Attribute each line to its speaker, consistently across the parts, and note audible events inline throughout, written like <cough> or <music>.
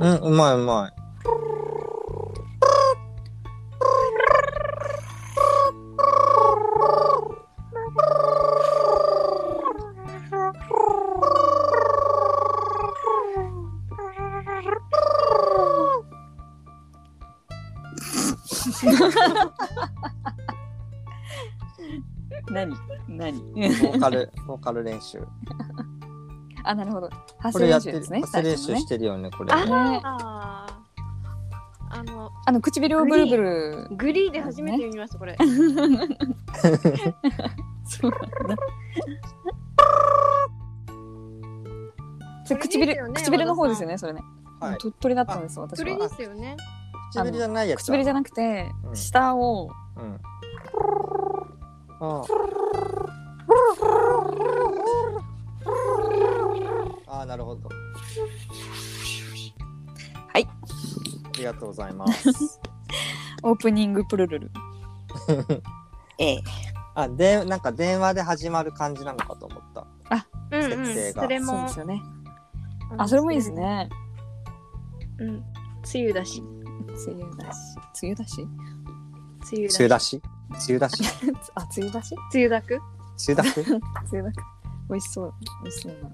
Speaker 1: うん、うまいうま
Speaker 2: 何何
Speaker 1: い。ボーカル、ボーカル練習。
Speaker 2: <laughs> あ、なるほど。発
Speaker 1: こ
Speaker 2: 声
Speaker 1: れや
Speaker 2: 練
Speaker 1: ってる、
Speaker 2: 習ですね。
Speaker 1: 発声練習
Speaker 2: 最
Speaker 1: し
Speaker 2: 初
Speaker 1: てるよね、これ。
Speaker 2: のねね
Speaker 3: あーあの
Speaker 2: あの唇をブルブル。
Speaker 3: グリーで初めて見ましたこれ。
Speaker 2: そ
Speaker 1: <laughs>
Speaker 2: うなんだ。それ
Speaker 3: これですよね
Speaker 2: 唇、唇の方ですよね、それね。
Speaker 1: はい。
Speaker 2: 鳥取だったんです、私
Speaker 3: それ
Speaker 2: は
Speaker 3: で。すよね。
Speaker 1: 唇じゃないやつだ。
Speaker 2: 唇じゃなくて、
Speaker 1: うん
Speaker 2: 下を。
Speaker 1: うん。ああ。ああ、なるほど。
Speaker 2: は
Speaker 1: あ
Speaker 2: い。
Speaker 1: りがとうございます。
Speaker 2: オープニングプルル
Speaker 1: <laughs>
Speaker 2: ル。ええ。
Speaker 1: あ、で、なんか電話で始まる感じなのかと思った。
Speaker 3: うん
Speaker 1: 設定が
Speaker 3: それ
Speaker 2: そう
Speaker 3: も
Speaker 2: ですよね。あ、それもいいです。ね。
Speaker 3: うん梅雨だし
Speaker 2: 梅雨だし。梅雨だし。 <laughs>
Speaker 3: 梅雨だ
Speaker 1: 梅
Speaker 3: し
Speaker 1: 雨だし。梅雨だし。
Speaker 2: あ、梅雨だし。
Speaker 3: 梅雨だく
Speaker 1: 梅雨だし。
Speaker 2: 梅雨だか。美味しそう。美味しそうな。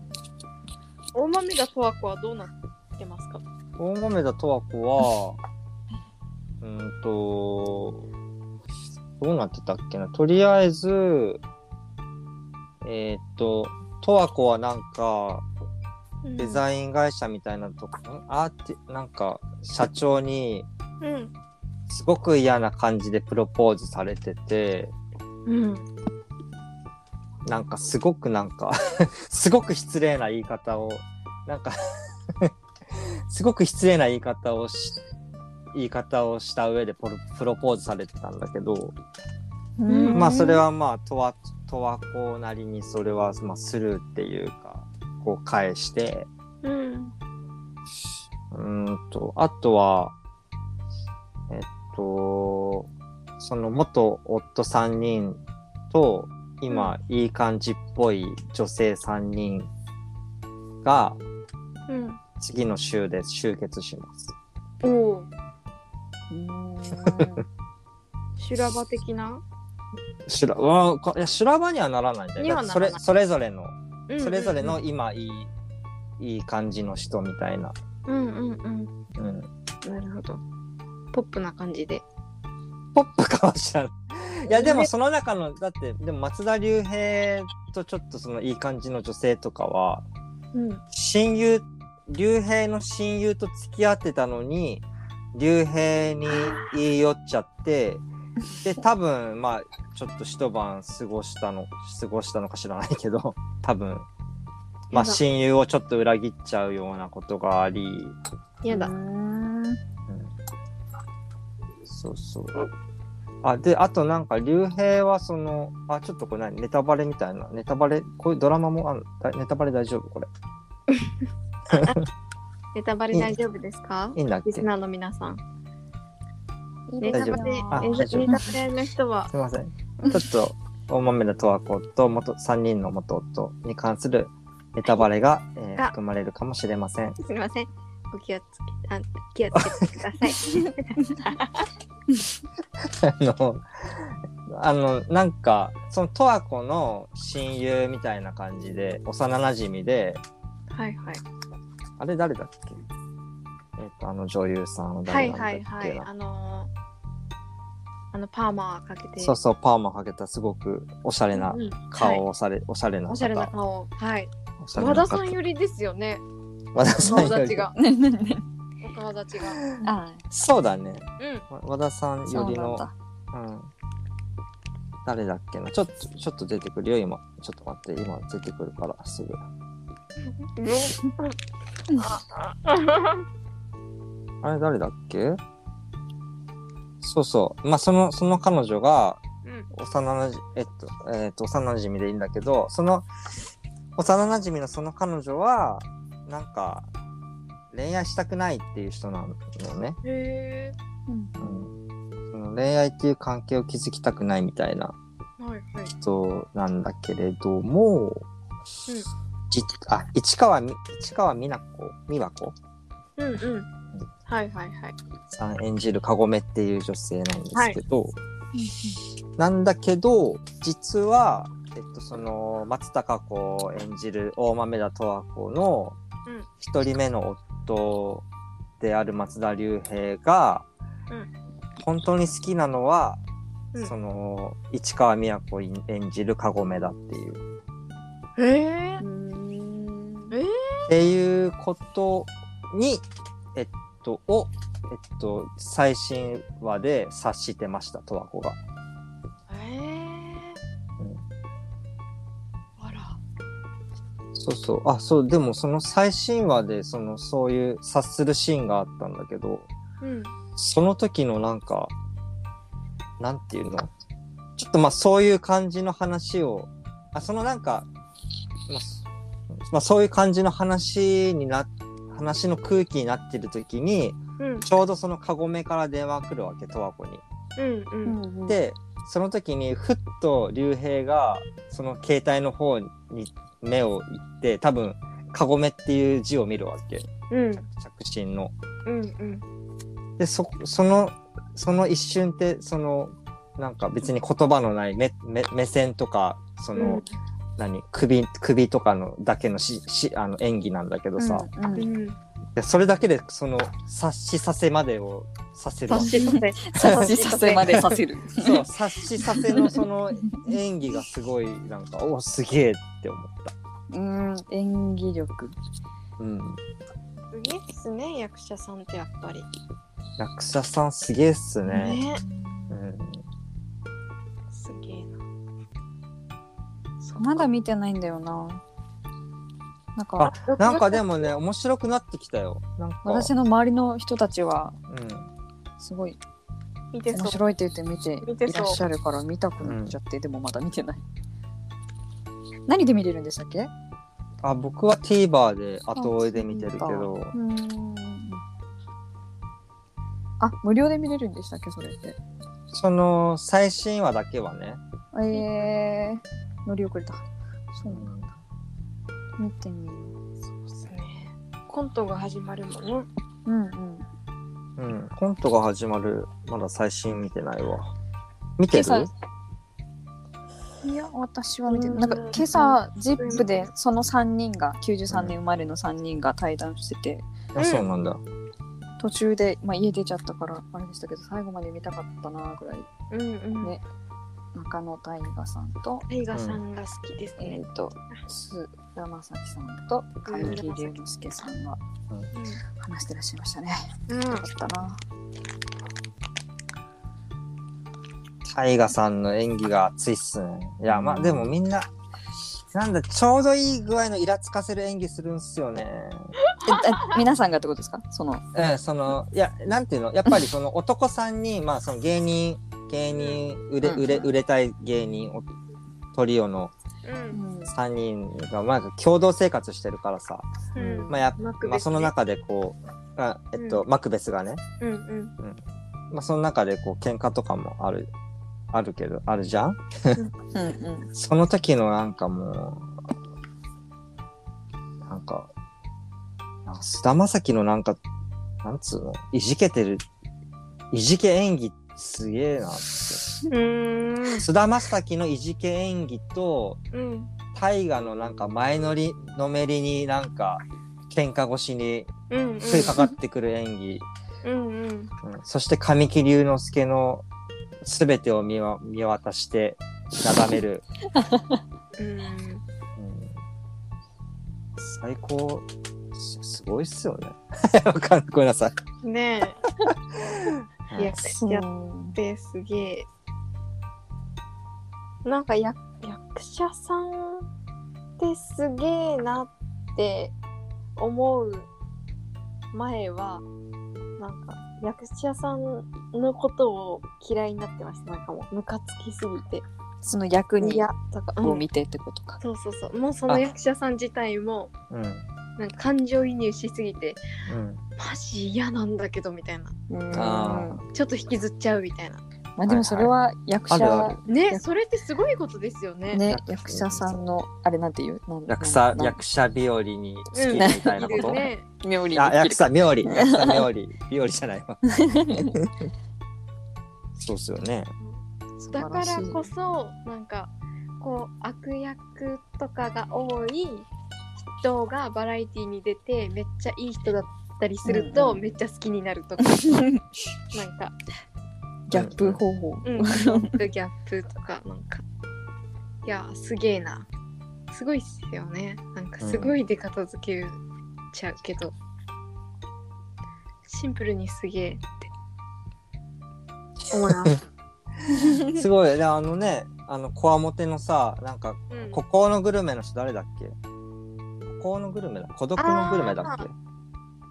Speaker 3: 大豆田とわ子はどうなってますか。
Speaker 1: 大豆田とわ子は、うーんと、どうなってたっけな。とりあえず、えーっと、とわ子はなんか、デ
Speaker 3: イ
Speaker 1: ザイン会社みたいなとこ、んアーティ、なんか、社長に、
Speaker 3: ン。うん。
Speaker 1: すごく嫌な感じでプロポーズされてて、
Speaker 3: うん。
Speaker 1: なんかすごくなんか、 <laughs> すごく失礼な言い方を、なんか、 <laughs> すごく失礼な言い方をし、言い方をした上でポロプロポーズされてたんだけど、
Speaker 3: ん
Speaker 1: まあそれ。はまあ、とわ、とわこなりにそれはまあスルーっていうか、こう返して、
Speaker 3: うん。
Speaker 1: うーんと、あとは、えっと、その元夫3人と、今、いい感じっぽい女性3人が、
Speaker 3: うん。
Speaker 1: 次の週で集結します。
Speaker 3: おお。
Speaker 2: う
Speaker 3: 修羅場的な。
Speaker 1: 修羅うんこいや修羅場にはならないんじゃない
Speaker 3: には
Speaker 1: だって
Speaker 3: な
Speaker 1: そ
Speaker 3: ら
Speaker 1: れ
Speaker 3: ない
Speaker 1: それぞれの、それぞれ
Speaker 3: う
Speaker 1: の
Speaker 3: ん
Speaker 1: 今いい、いい感じの人みたいな。
Speaker 3: うんうん
Speaker 1: うん、
Speaker 3: うん。なるほど。ポップな感じで。
Speaker 1: ポップかもしれ
Speaker 3: <laughs>
Speaker 1: ない。いやでもその中の、だって、でも松田龍平とちょっとそのいい感じの女性とかは、
Speaker 3: うん。
Speaker 1: 親友竜兵の親友と付き合ってたのに竜兵に言い寄っちゃってで多分まあちょっと一晩過ごしたの過ごしたのか知らないけど多分ま
Speaker 3: やだ
Speaker 1: あ親友をちょっと裏切っちゃうようなことがあり、う
Speaker 3: やだ。
Speaker 2: ん
Speaker 1: んそうそうあであとなんか竜兵はそのあちょっとこれ何ネタバレみたいなネタバレこういうドラマもあるだネタバレ大丈夫これ
Speaker 3: ネタバレ大丈夫ですか。
Speaker 1: いいんだっ
Speaker 3: リ
Speaker 1: け
Speaker 3: スナーの皆さん。
Speaker 2: いい
Speaker 3: ネ
Speaker 2: で
Speaker 3: タ
Speaker 2: すよ
Speaker 3: バレ、ネタ
Speaker 1: あ大丈
Speaker 3: ネ
Speaker 1: 夫
Speaker 3: タバレの人は。 <laughs>
Speaker 1: すみません。ちょっと、大豆田十和子と元3人の元夫に関するネタバレが、えー
Speaker 3: が
Speaker 1: 含まれるかもしれません。 <laughs>
Speaker 3: すみません。お気をつけ、あ、気をつけてください。
Speaker 1: <laughs> あの、あの、なんか、その十和子の親友みたいな感じで、幼馴染みで、
Speaker 3: はいはい。
Speaker 1: あれ誰だっけえっ、と、あの女優さんは
Speaker 3: は
Speaker 1: 誰
Speaker 3: い
Speaker 1: なんだっ
Speaker 3: は
Speaker 1: け
Speaker 3: い
Speaker 1: な、
Speaker 3: はい。あのー。あのパーマかけて。
Speaker 1: そうそう、パーマかけたすごくおしゃれな
Speaker 3: うん
Speaker 1: 顔
Speaker 3: はい
Speaker 1: をされ、おしゃれな方。
Speaker 3: おしゃれな顔。はい。
Speaker 1: おしゃれな
Speaker 3: 和
Speaker 1: 方
Speaker 3: 田さんよりですよね。
Speaker 1: 和田さ
Speaker 3: 顔
Speaker 1: んより
Speaker 3: 立ちが。
Speaker 2: ねねね
Speaker 3: 顔立ちが。
Speaker 2: あ
Speaker 1: そうだね。
Speaker 3: うん。
Speaker 1: わ和田さん
Speaker 2: あ、
Speaker 1: よ
Speaker 2: そう
Speaker 1: り
Speaker 2: なん
Speaker 1: の
Speaker 2: だ。
Speaker 1: うん。誰だっけなちょっと、ちょっと出てくるよ、今。ちょっと待って、今出てくるから、すぐ。あれ、誰だっけそうそう。まあ、その、その彼女が、
Speaker 3: うん。
Speaker 1: 幼なじ、えっと、えっと、幼馴染でいいんだけど、その、幼馴染のその彼女は、なんか、恋愛したくないっていう人なのね。
Speaker 3: へえ。
Speaker 1: うん。その恋愛っていう関係を築きたくないみたいな
Speaker 3: はいはい。
Speaker 1: 人なんだけれども、じあ市川み市川美奈子美和子
Speaker 4: うんうん。はいはいはい。
Speaker 1: さん演じるかごめっていう女性なんですけど、なんだけど実は、えっと、その松たか子演じる大豆田十和子の
Speaker 4: うん
Speaker 1: 一人目の夫である松田龍平が、
Speaker 4: うん
Speaker 1: 本当に好きなのは、
Speaker 4: うん
Speaker 1: その市川美和子演じるかごめだっていう。
Speaker 4: え
Speaker 2: うん
Speaker 4: え
Speaker 1: っていうことに、えっと、を、えっと、最新話で察してました、十和子が。
Speaker 4: えーあら。
Speaker 1: そうそう。あ、そう、でもその最新話で、その、そういう察するシーンがあったんだけど、
Speaker 4: うん。
Speaker 1: その時のなんか、なんていうのちょっとまあそういう感じの話を、あ、そのなんか、まあそ、まあ、そういう感じの話にな、話の空気になってる時に、
Speaker 4: うん。
Speaker 1: ちょうどそのカゴメから電話来るわけ、十和子に。
Speaker 4: うんう。
Speaker 2: うんんうん
Speaker 1: で、その時にふっと竜兵がその携帯の方に目をいって、多分、カゴメっていう字を見るわけ。
Speaker 4: うん。
Speaker 1: 着信の。
Speaker 4: うんうん。
Speaker 1: で、そ、その、その一瞬って、その、なんか別に言葉のない目目目線とか、その、
Speaker 4: うん
Speaker 1: 何、首、首とかのだけのししあの演技なんだけどさ、
Speaker 2: うんうん
Speaker 4: うん。
Speaker 1: でそれだけでその察しさせまでをさせるわけ
Speaker 4: 察しさせ。
Speaker 2: さしさせまでさせる。
Speaker 1: そう、察しさせのその演技がすごい、なんか、おすげえって思った。
Speaker 2: うん、演技力。
Speaker 1: うん。
Speaker 4: すげえっすね、役者さんってやっぱり。
Speaker 1: 役者さんすげえっすね。
Speaker 4: ね
Speaker 1: うん。
Speaker 4: すげえな。
Speaker 2: まだ見てないんだよな。な
Speaker 1: あ
Speaker 2: んか、
Speaker 1: なんかでもね、面白くなってきたよ。なんか、
Speaker 2: 私の周りの人たちは、すごい
Speaker 4: 見て
Speaker 2: 面
Speaker 4: そう。
Speaker 2: 白いって言って見
Speaker 4: 見
Speaker 2: て
Speaker 4: て
Speaker 2: い
Speaker 4: そう
Speaker 2: らっしゃるから見たくなっちゃって、でもまだ見てない。何で見れるんでしたっけ
Speaker 1: あ、僕は TVer で後追いで見てるけど、
Speaker 2: うん。あ、無料で見れるんでしたっけそれって。
Speaker 1: その、最新話だけはね、
Speaker 2: えー、乗り遅れた。そううなんだ。
Speaker 1: ん
Speaker 2: 見てみよ
Speaker 4: で
Speaker 2: う。
Speaker 4: すね。コントが始まるもんね。
Speaker 2: うんうん。
Speaker 1: うん、コントが始まる、まだ最新見てないわ。見てる
Speaker 2: 今朝いや、私は見て
Speaker 4: う
Speaker 2: なんい。なんか今朝、ジップでその3人が、93年生まれの3人が対談してて、
Speaker 1: あ、そうなんだ。
Speaker 2: 途中で、まあ、家出ちゃったから、あれでしたけど、最後まで見たかったなぐらい。
Speaker 4: うんうん。
Speaker 2: ね中野大河さんと、
Speaker 4: 映画さんが好きです
Speaker 2: えっ、
Speaker 4: ね。
Speaker 2: と、菅田将暉さんと、神木隆之介さんが話してらっしゃいましたね。
Speaker 4: うん。
Speaker 2: よかったな。
Speaker 1: タイガさんの演技が熱いっすね。いや、まあでもみんな、なんだ、ちょうどいい具合のイラつかせる演技するんすよね。
Speaker 2: え、え皆さんがってことですかその、
Speaker 1: うん、その、いや、なんていうの、やっぱりその男さんに、まあその芸人、芸人、売れ、
Speaker 2: うん
Speaker 1: 売れ、売れたい芸人を、トリオの
Speaker 4: うん。
Speaker 1: 3人が、まあ共同生活してるからさ、
Speaker 4: うん。
Speaker 1: まあや
Speaker 4: マクベスね
Speaker 1: まあその中でこう、あえっと、マクベスがね、
Speaker 4: うんうん。
Speaker 1: まあその中でこう喧嘩とかもある、あるけど、あるじゃん
Speaker 2: うんうん。
Speaker 1: その時のなんかもう、なんか、なんか菅田将暉のなんか、なんつうの、いじけてる、いじけ演技すげえなって。
Speaker 4: うーん。
Speaker 1: 菅田将暉のいじけ演技と、
Speaker 4: うん。
Speaker 1: 大河のなんか前乗り、のめりになんか、喧嘩越しに
Speaker 4: うんうん。
Speaker 1: 食いかかってくる演技。
Speaker 4: うんうん。
Speaker 1: うんそして神木隆之介の全てを見わ見渡して眺める。
Speaker 4: うん。
Speaker 1: うん最高すすごいっすよね。 <laughs> わかんないごめんなさい。
Speaker 4: ね
Speaker 1: は
Speaker 4: え。
Speaker 1: い
Speaker 4: 役者ってすげえ。なんかや役者さんってすげえなって思う前は、なんか役者さんのことを嫌いになってました。なんかもうムカつきすぎて。
Speaker 2: その役
Speaker 4: い
Speaker 2: に
Speaker 4: や、とか、う
Speaker 2: を
Speaker 4: ん
Speaker 2: 見てってことか。
Speaker 4: そうそうそう。もうその役者さん自体も、
Speaker 1: うん。
Speaker 4: なんか感情移入しすぎて、
Speaker 1: うん。
Speaker 4: マジ嫌なんだけどみたいな。
Speaker 2: うん
Speaker 1: あ
Speaker 4: ちょっと引きずっちゃうみたいな。
Speaker 2: うまあでもそれは役者、
Speaker 1: あるある
Speaker 2: や
Speaker 4: ね、それってすごいことですよね。
Speaker 2: ね、役者さんのあれなんていうなん
Speaker 1: 役者
Speaker 2: なん
Speaker 1: 役者日和に好き
Speaker 4: うん
Speaker 1: みたいなこ
Speaker 4: いる
Speaker 1: と、
Speaker 4: ね。
Speaker 2: 妙に
Speaker 1: あ
Speaker 2: <laughs>
Speaker 1: 役者
Speaker 4: <laughs>
Speaker 1: 日和役者日和日和じゃないわそうっすよね
Speaker 2: 素
Speaker 4: だ
Speaker 2: 晴
Speaker 4: から
Speaker 2: しい
Speaker 4: らこそなんかこう悪役とかが多い人がバラエティに出てめっちゃいい人だったりすると、
Speaker 2: うんうん
Speaker 4: めっちゃ好きになるとかなんか、
Speaker 2: ギャップ方法、
Speaker 4: <laughs>
Speaker 2: <laughs>
Speaker 4: うん、ギ
Speaker 1: <laughs>
Speaker 4: ャップギャップとかなんかいやすげえなすごいっすよねなんかすごいで片付けちゃうけど、シンプルにすげえって思い
Speaker 1: <laughs>
Speaker 4: ます。
Speaker 1: すごいねあのねあのこわもてのさなんか
Speaker 4: うん
Speaker 1: 孤高のグルメの人誰だっけ孤高のグルメだ孤独のグルメだっけ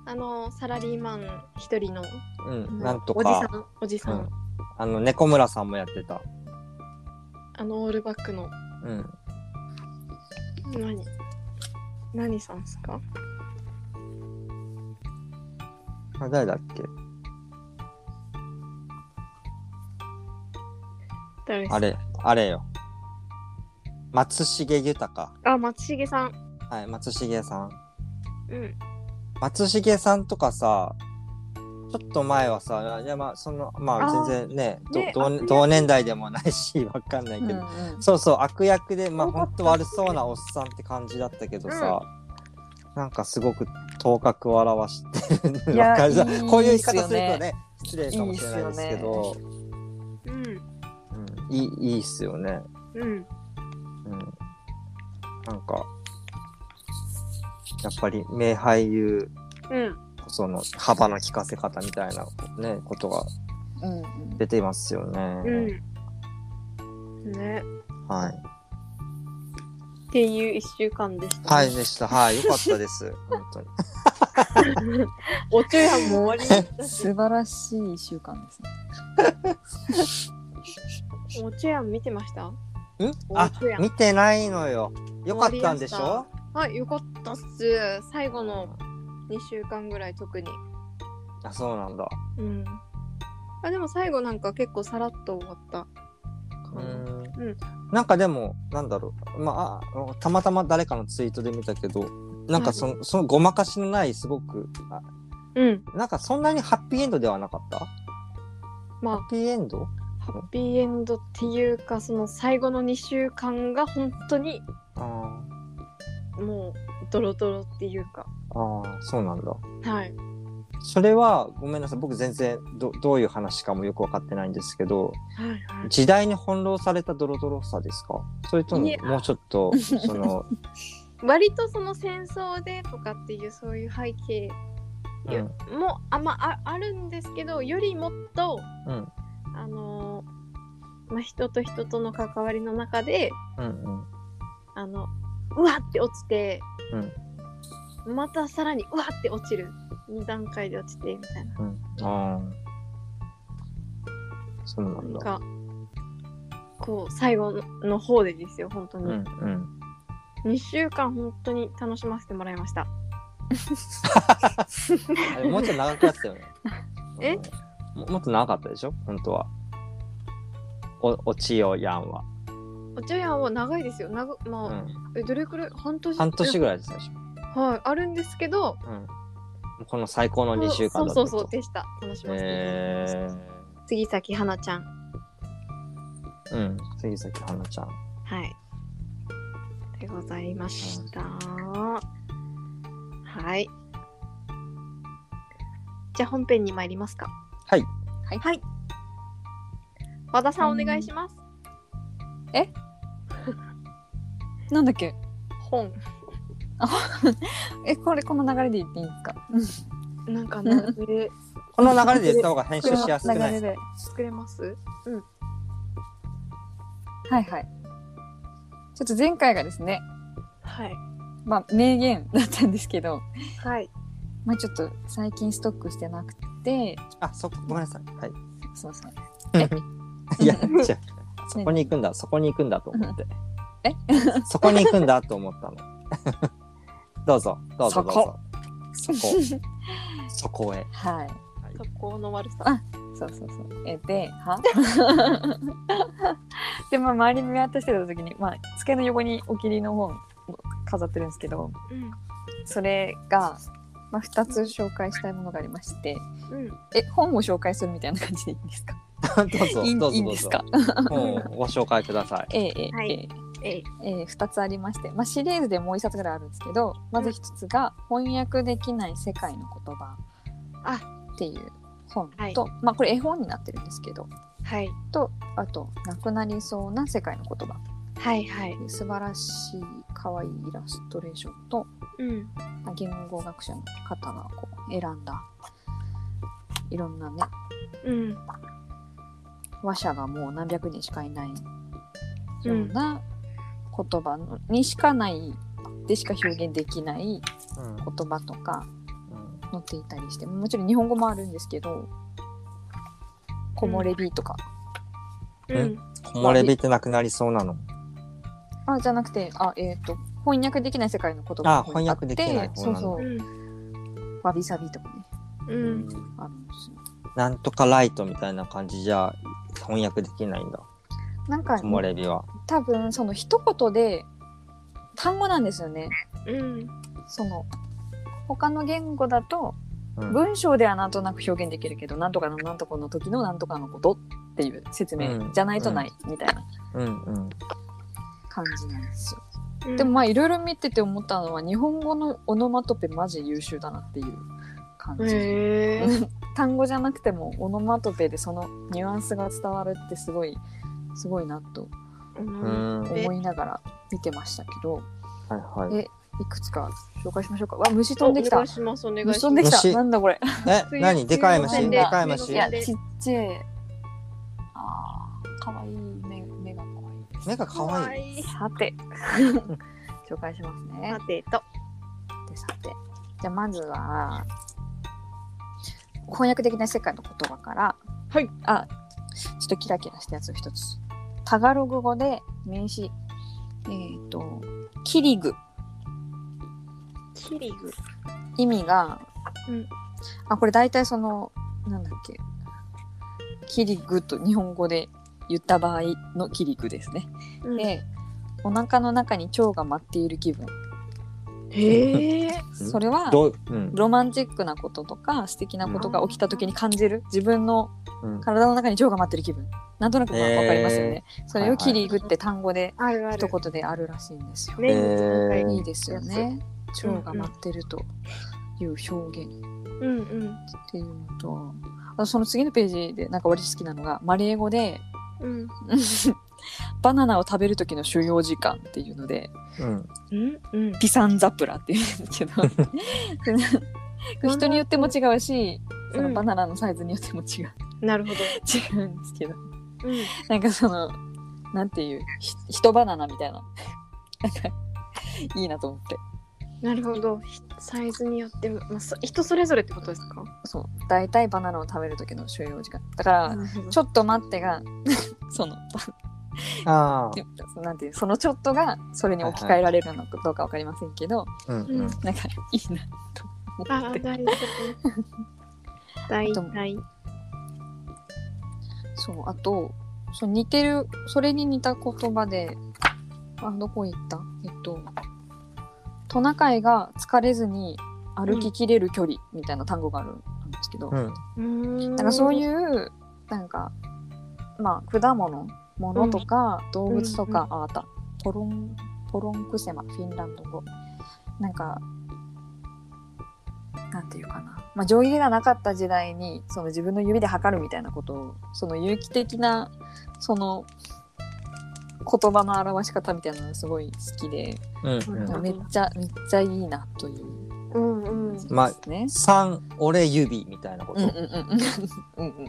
Speaker 4: あのサラリーマン一人の
Speaker 1: うんなんと
Speaker 4: おじさ
Speaker 1: か
Speaker 4: んおじさ
Speaker 1: うん
Speaker 4: ん、
Speaker 1: あの猫村さんもやってた
Speaker 4: あのオールバックの
Speaker 1: うん
Speaker 4: 何何さんですか
Speaker 1: あ誰だっけ
Speaker 4: 誰ですか
Speaker 1: あれあれよ松重豊
Speaker 4: あ松重さん
Speaker 1: はい松重さん
Speaker 4: うん
Speaker 1: 松重さんとかさちょっと前はさいやまあそのまあ
Speaker 4: あー
Speaker 1: 全然ねど
Speaker 4: ね
Speaker 1: 同
Speaker 4: 悪役
Speaker 1: 同年代でもないし <laughs> わかんないけど、そうそう悪役でまあ
Speaker 4: 多か
Speaker 1: ほ
Speaker 4: った
Speaker 1: んと悪そうなおっさんって感じだったけどさ、なんかすごく頭角を現してる
Speaker 2: いや
Speaker 1: わかるさ
Speaker 2: いいっすよね
Speaker 1: こういう言い方するとね失礼かもしれないですけ
Speaker 2: いいっ
Speaker 1: ど
Speaker 4: うん
Speaker 1: うんいいいいっすよね、
Speaker 4: うん
Speaker 1: うん、なんかやっぱり名俳優
Speaker 4: うん
Speaker 1: その幅の利かせ方みたいな、ね、ことが
Speaker 2: うんうん
Speaker 1: 出ていますよね。
Speaker 4: うんね
Speaker 1: はい、
Speaker 4: っていう一週間でした、
Speaker 1: はい、でした。はい、よかったです。本当に。
Speaker 4: <laughs> おちょやんも終わ
Speaker 2: 素晴らしい1週間ですね
Speaker 1: <laughs>
Speaker 4: りおちょやん見てました
Speaker 1: んあ
Speaker 4: 終わりや、ん
Speaker 1: 見てないのよ。よかったんでし
Speaker 4: 終わ
Speaker 1: ょ
Speaker 4: はいよかったっす最後の二週間ぐらい特に
Speaker 1: あ、そうなんだ。
Speaker 4: うんあでも最後なんか結構さらっと終わったか
Speaker 1: う
Speaker 4: な、
Speaker 1: ん
Speaker 4: うん。
Speaker 1: なんかでも、なんだろう。まああ、たまたま誰かのツイートで見たけど、なんかその、そのごまかしのない、すごく、あ
Speaker 4: うん、
Speaker 1: なんかそんなにハッピーエンドではなかった
Speaker 4: まあ
Speaker 1: ハッピーエンド
Speaker 4: ハッピーエンドっていうかその最後の2週間が本当に
Speaker 1: あー
Speaker 4: もうドロドロっていうか
Speaker 1: あー、そうなんだ。
Speaker 4: はい
Speaker 1: それはごめんなさい僕全然どどういう話かもよく分かってないんですけど
Speaker 4: はいはい
Speaker 1: 時代に翻弄されたドロドロさですかそれとも
Speaker 4: いや
Speaker 1: もうちょっ
Speaker 4: <laughs>
Speaker 1: とその、
Speaker 4: 割とその戦争でとかっていうそういう背景
Speaker 1: うん
Speaker 4: もあ,、まあ、あるんですけどよりもっと
Speaker 1: うん
Speaker 4: あのーまあ、人と人との関わりの中で
Speaker 1: うん
Speaker 4: あのうわって落ちて、またさらにうわって落ちる2段階で落ちてみたいな
Speaker 1: うんうんああそうな
Speaker 4: なんん
Speaker 1: だ
Speaker 4: かこう最後の方でですよ本当
Speaker 1: うんう
Speaker 4: に、
Speaker 1: ん
Speaker 4: 二2週間本当に楽しませてもらいました
Speaker 1: あれもうちょっと長くやってたよね
Speaker 4: <laughs> え
Speaker 1: うんももっと長かったでしょ本当はおおちよやんは、
Speaker 4: お茶屋は長いですよ長ま
Speaker 1: う
Speaker 4: あ、
Speaker 1: ん、
Speaker 4: えどれくらい半年
Speaker 1: 半年ぐらいでしたでし
Speaker 4: はいあるんですけど
Speaker 1: ょ、うん、この最高の2週間だった
Speaker 4: そ
Speaker 1: と
Speaker 4: うそうそうでした楽しませていただきました、
Speaker 1: え
Speaker 4: 杉咲花ちゃん
Speaker 1: ー、うん杉咲花ちゃん
Speaker 4: はいでございました、はいじゃあ本編に参りますか
Speaker 1: はい
Speaker 4: はい、はい、和田さんお願いします、
Speaker 2: なんだっけ
Speaker 4: 本
Speaker 2: えこれこの流れで言っていいんですか
Speaker 4: なんかね、で
Speaker 1: この流れで言った方が編集しやす
Speaker 2: こ
Speaker 1: く
Speaker 2: の
Speaker 1: な
Speaker 2: 流
Speaker 1: い
Speaker 2: れで
Speaker 4: 作れます。
Speaker 2: はいはいちょっと前回がですね
Speaker 4: はい。
Speaker 2: まあ名言だったんですけど
Speaker 4: はい。
Speaker 2: まあちょっと最近ストックしてなくて
Speaker 1: あ、そっか、ごめんなさい。はい。
Speaker 2: すいません
Speaker 1: <laughs> いや、じゃあそこに行くんだ、そこに行くんだと思って。
Speaker 2: え
Speaker 1: <laughs> そこに行くんだと思ったの。 <laughs> どうぞ、どうぞ、
Speaker 2: そ
Speaker 1: どう
Speaker 2: こ
Speaker 1: <laughs> ぞ。そこ。そこへ。
Speaker 2: はい
Speaker 4: そこの悪さ。
Speaker 2: あそうそうそう。えで、は <laughs> で、まあ、周り見渡してた時に、まあ、机の横におきりの本を飾ってるんですけど、
Speaker 4: うん
Speaker 2: それが、まあ、2つ紹介したいものがありまして、
Speaker 4: うん
Speaker 2: え、本を紹介するみたいな感じでいいんですか
Speaker 1: どうぞ
Speaker 2: いい
Speaker 1: どうぞどうぞ
Speaker 2: いいんですか
Speaker 1: うんご紹介ください
Speaker 2: ええええ
Speaker 4: はい
Speaker 2: ええ
Speaker 4: えい
Speaker 2: えー、2つありまして、まあ、シリーズでもう1冊ぐらいあるんですけどまず1つが「翻訳できない世界の言葉」
Speaker 4: あ
Speaker 2: っていう本
Speaker 4: はい
Speaker 2: と、まあ、これ絵本になってるんですけど
Speaker 4: はい
Speaker 2: とあと「なくなりそうな世界の言葉
Speaker 4: はいはい」
Speaker 2: 素晴らしい可愛いイラストレーションと
Speaker 4: うん
Speaker 2: まあ言語学者の方がこう選んだいろんなね
Speaker 4: うん
Speaker 2: 話者がもう何百人しかいないような言葉のにしかないでしか表現できない
Speaker 1: うん
Speaker 2: 言葉とか
Speaker 1: うん
Speaker 2: 載っていたりしてもちろん日本語もあるんですけど「木漏れ日」とか、
Speaker 4: うん
Speaker 1: 木漏れ日ってなくなりそうなの
Speaker 2: あじゃなくてあ、えー、と翻訳できない世界の言葉
Speaker 1: あ
Speaker 2: がここに
Speaker 1: 翻訳できない
Speaker 2: あって
Speaker 1: 方
Speaker 2: そう
Speaker 1: なんだ
Speaker 2: そううん「わびさび」とかね
Speaker 4: うん
Speaker 2: あるんですよ
Speaker 1: なんとかライトみたいな感じじゃ翻訳できないんだ
Speaker 2: なんか
Speaker 1: 木漏れ日は
Speaker 2: 多分その一言で単語なんですよね
Speaker 4: うん
Speaker 2: その他の言語だと
Speaker 1: うん
Speaker 2: 文章ではなんとなく表現できるけど、なんとかのなんとかの時のなんとかのことっていう説明じゃないとないみたいな
Speaker 1: うんうん
Speaker 2: 感じなんですよ。
Speaker 4: うん
Speaker 2: でもまあいろいろ見てて思ったのは日本語のオノマトペマジ優秀だなっていう感じ、
Speaker 4: へえ
Speaker 2: <laughs> 単語じゃなくてもオノマトペでそのニュアンスが伝わるってすごいすごいなと
Speaker 1: うんはい
Speaker 2: 思いながら見てましたけど
Speaker 1: はい
Speaker 2: いくつか紹介しましょうかわ虫飛んでき
Speaker 4: お
Speaker 2: た
Speaker 4: 願いしますお願い
Speaker 2: 虫
Speaker 4: し
Speaker 2: 飛ん
Speaker 4: ま
Speaker 2: ですきた
Speaker 1: 虫
Speaker 2: なんだこれ
Speaker 1: え何でかい
Speaker 2: 梅
Speaker 1: 虫
Speaker 2: 雨
Speaker 1: でかい虫
Speaker 2: い
Speaker 4: 梅
Speaker 2: や
Speaker 4: 雨
Speaker 2: ちっちゃいあーかわいい目目がかわいいです
Speaker 1: 目が
Speaker 4: か
Speaker 1: 可
Speaker 4: わ
Speaker 1: 愛い
Speaker 4: いい
Speaker 2: さ
Speaker 4: <laughs>
Speaker 2: て紹介しますね
Speaker 4: さてと
Speaker 2: でさてじゃあまずは翻訳的な世界の言葉から
Speaker 4: はい
Speaker 2: あちょっとキラキラしたやつを一つタガログ語で名詞えっ、とキリグ
Speaker 4: キリグ
Speaker 2: 意味が、
Speaker 4: うん
Speaker 2: あこれ大体そのなんだっけキリグと日本語で言った場合のキリグですね、でお腹の中に腸が舞っている気分
Speaker 4: へえ
Speaker 2: それは
Speaker 1: どううん
Speaker 2: ロマンチックなこととか素敵なことが起きた時に感じる自分の
Speaker 1: うん
Speaker 2: 体の中に腸が待ってる気分なんとなくまあ
Speaker 1: へー
Speaker 2: わかりますよね、それ
Speaker 1: は
Speaker 2: を
Speaker 1: いはい
Speaker 2: キリグって単語で
Speaker 4: あるあ
Speaker 2: 一
Speaker 4: る
Speaker 2: 言であるらしいんですよ、
Speaker 4: 年に三回
Speaker 1: えー
Speaker 2: いいですよね腸が待ってるという表現
Speaker 4: うんうん
Speaker 2: っていうのとあとその次のページでなんか私好きなのがマレー語で
Speaker 4: うん
Speaker 2: バナナを食べる時の収容時間っていうので
Speaker 1: うん
Speaker 4: うんうん
Speaker 2: ピサンザプラっていうん
Speaker 1: <laughs>
Speaker 2: ですけど <laughs> 人によっても違うしそのバナナのサイズによっても違う、
Speaker 4: なるほど
Speaker 2: 違うんですけど
Speaker 4: うん
Speaker 2: なんかその、なんていう、ひ人バナナみたいな。なんか、いいなと思って。
Speaker 4: なるほどひサイズによってもまあそ人それぞれってことですか
Speaker 2: そう、大体バナナを食べる時の収容時間。だから、ち
Speaker 4: ょ
Speaker 2: ょっと待ってが、 <laughs> その、
Speaker 1: あ
Speaker 2: なんていう、そのちょっとが、それに置き換えられるのかどうかわかりませんけど、
Speaker 1: あうんうん
Speaker 2: なんか、いいなと思
Speaker 4: あ
Speaker 2: って。 <laughs>
Speaker 4: 大丈
Speaker 2: と
Speaker 4: 夫大体
Speaker 2: そう、あと、そう似てる、それに似た言葉で、あ、どこ行ったえっと、トナカイが疲れずに歩ききれる距離みたいな単語があるんですけど、
Speaker 1: うん
Speaker 4: うん
Speaker 2: なんかそういうなんかまあ果物物とか動物とか、ああったポロンポロンクセマフィンランド語なんかなんていうかな、まあ、定規がなかった時代にその自分の指で測るみたいなことをその有機的なその言葉の表し方みたいなのがすごい好きで、
Speaker 1: うん
Speaker 4: うん
Speaker 2: めっちゃめっちゃいいなという
Speaker 4: うんうん
Speaker 1: まあ
Speaker 2: ですね。
Speaker 1: 三俺指みたいなこ
Speaker 2: うんうん
Speaker 1: と
Speaker 2: うんうんうんうん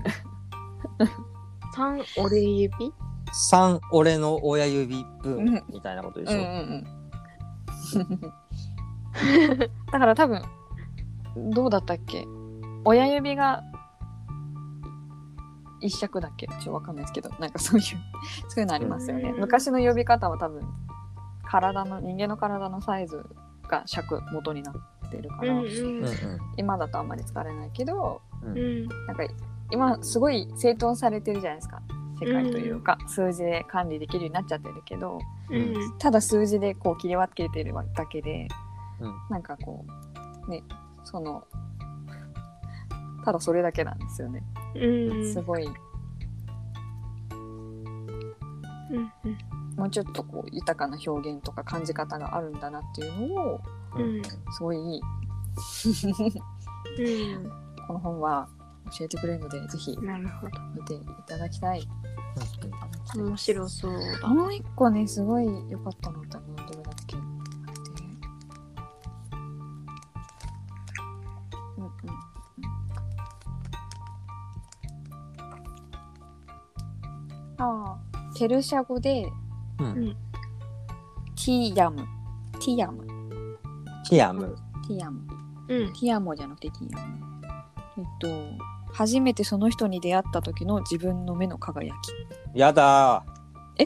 Speaker 4: 三俺指
Speaker 1: 三俺の親指分みたいなことでし
Speaker 2: うんう
Speaker 1: ょ
Speaker 2: んうん、 <laughs> だから多分どうだったっけ親指が一尺だっけちょっとわかんないですけどなんかそういう <laughs> そういうのありますよね、
Speaker 4: うん
Speaker 2: 昔の呼び方は多分体の人間の体のサイズが尺元になってるから、
Speaker 4: うん
Speaker 1: うん
Speaker 4: うん
Speaker 1: うん
Speaker 2: 今だとあんまり使われないけど
Speaker 4: うん
Speaker 2: なんか今すごい整頓されてるじゃないですか世界というか、数字で管理できるようになっちゃってるけど
Speaker 4: うん
Speaker 2: ただ数字でこう切り分けてるだけで、
Speaker 1: うん
Speaker 2: なんかこうねそのただそれだけなんですよね、
Speaker 4: うんうん
Speaker 2: すごい
Speaker 4: うん
Speaker 2: もうちょっとこう豊かな表現とか感じ方があるんだなっていうのを
Speaker 4: うん
Speaker 2: すごいいい
Speaker 4: うん
Speaker 2: この本は教えてくれるのでぜひ
Speaker 4: なるほど
Speaker 2: 見ていただきたい。
Speaker 4: 面白そうだ
Speaker 2: もう一個ねすごい良かったのだなどれだっけあれでうんうんうんああペルシャ語で
Speaker 1: うん
Speaker 4: うん
Speaker 2: ティヤムティヤムテ
Speaker 1: ティアム。
Speaker 2: ィヤム
Speaker 4: うん
Speaker 2: ティアモじゃなくてティアモ。えっと、初めてその人に出会った時の自分の目の輝き。
Speaker 1: やだ
Speaker 2: <laughs>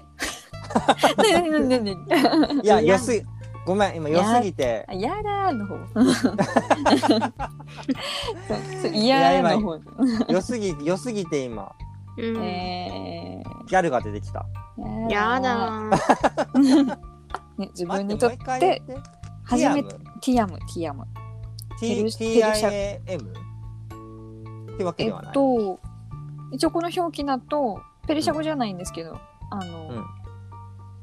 Speaker 2: ねねねねね
Speaker 1: ー。いや、
Speaker 4: ティアム
Speaker 1: 良すぎ、ごめん、今良すぎて。
Speaker 2: あやだ <laughs> ーの方。そうそういやーの方。
Speaker 1: 良すぎ、良すぎて今、
Speaker 4: うん
Speaker 2: え
Speaker 1: ギャルが出てきた。
Speaker 2: ー、
Speaker 4: やだー
Speaker 2: ー、ね。自分にとって
Speaker 1: 待もう一回言
Speaker 2: 初め
Speaker 1: ティア
Speaker 2: て
Speaker 1: ム
Speaker 2: ティアムティアム。ペル
Speaker 1: T-
Speaker 2: シペルシ
Speaker 1: TIAM? ってわけ
Speaker 2: え
Speaker 1: で
Speaker 2: っ
Speaker 1: はない。
Speaker 2: と、一応この表記だとペルシャ語じゃないんですけど、あの、
Speaker 1: うん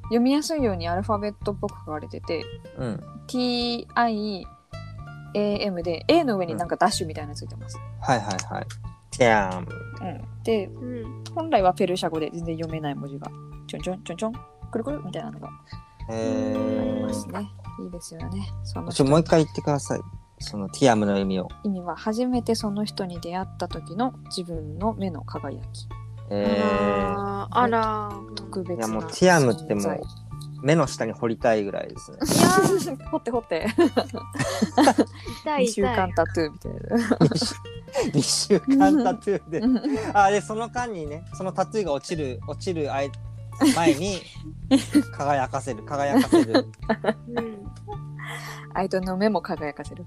Speaker 2: 読みやすいようにアルファベットっぽく書かれてて。
Speaker 1: うん。
Speaker 2: TIAM で A の上になんかダッシュみたいなのついてます。
Speaker 1: はいはいはい。ティアム。
Speaker 2: うん、で
Speaker 4: うん
Speaker 2: 本来はペルシャ語で全然読めない文字がちょんちょんちょんちょんくるくるみたいなのがあ
Speaker 1: え
Speaker 2: ります
Speaker 1: ー。
Speaker 2: ね。いいですよね。その
Speaker 1: ちょ、もう一回言ってください。そのティアムの意味を。
Speaker 2: 意味は初めてその人に出会った時の自分の目の輝き
Speaker 1: えー。
Speaker 4: あらあら
Speaker 2: 特
Speaker 1: い
Speaker 2: 別な
Speaker 1: や
Speaker 2: 存
Speaker 1: もう
Speaker 2: 在。
Speaker 1: ティアムってもう目の下に掘りたいぐらい <laughs> ですね。
Speaker 2: いやー掘って掘って
Speaker 4: 痛い
Speaker 2: 2週
Speaker 4: 痛
Speaker 2: 間
Speaker 4: い
Speaker 2: タトゥーみたいな。
Speaker 1: 2週間タトゥーで
Speaker 2: うん
Speaker 1: あでその間にねそのタトゥーが落ちる落ちるあい前に輝かせる輝かせる
Speaker 4: うん
Speaker 2: 相手の目も輝かせる。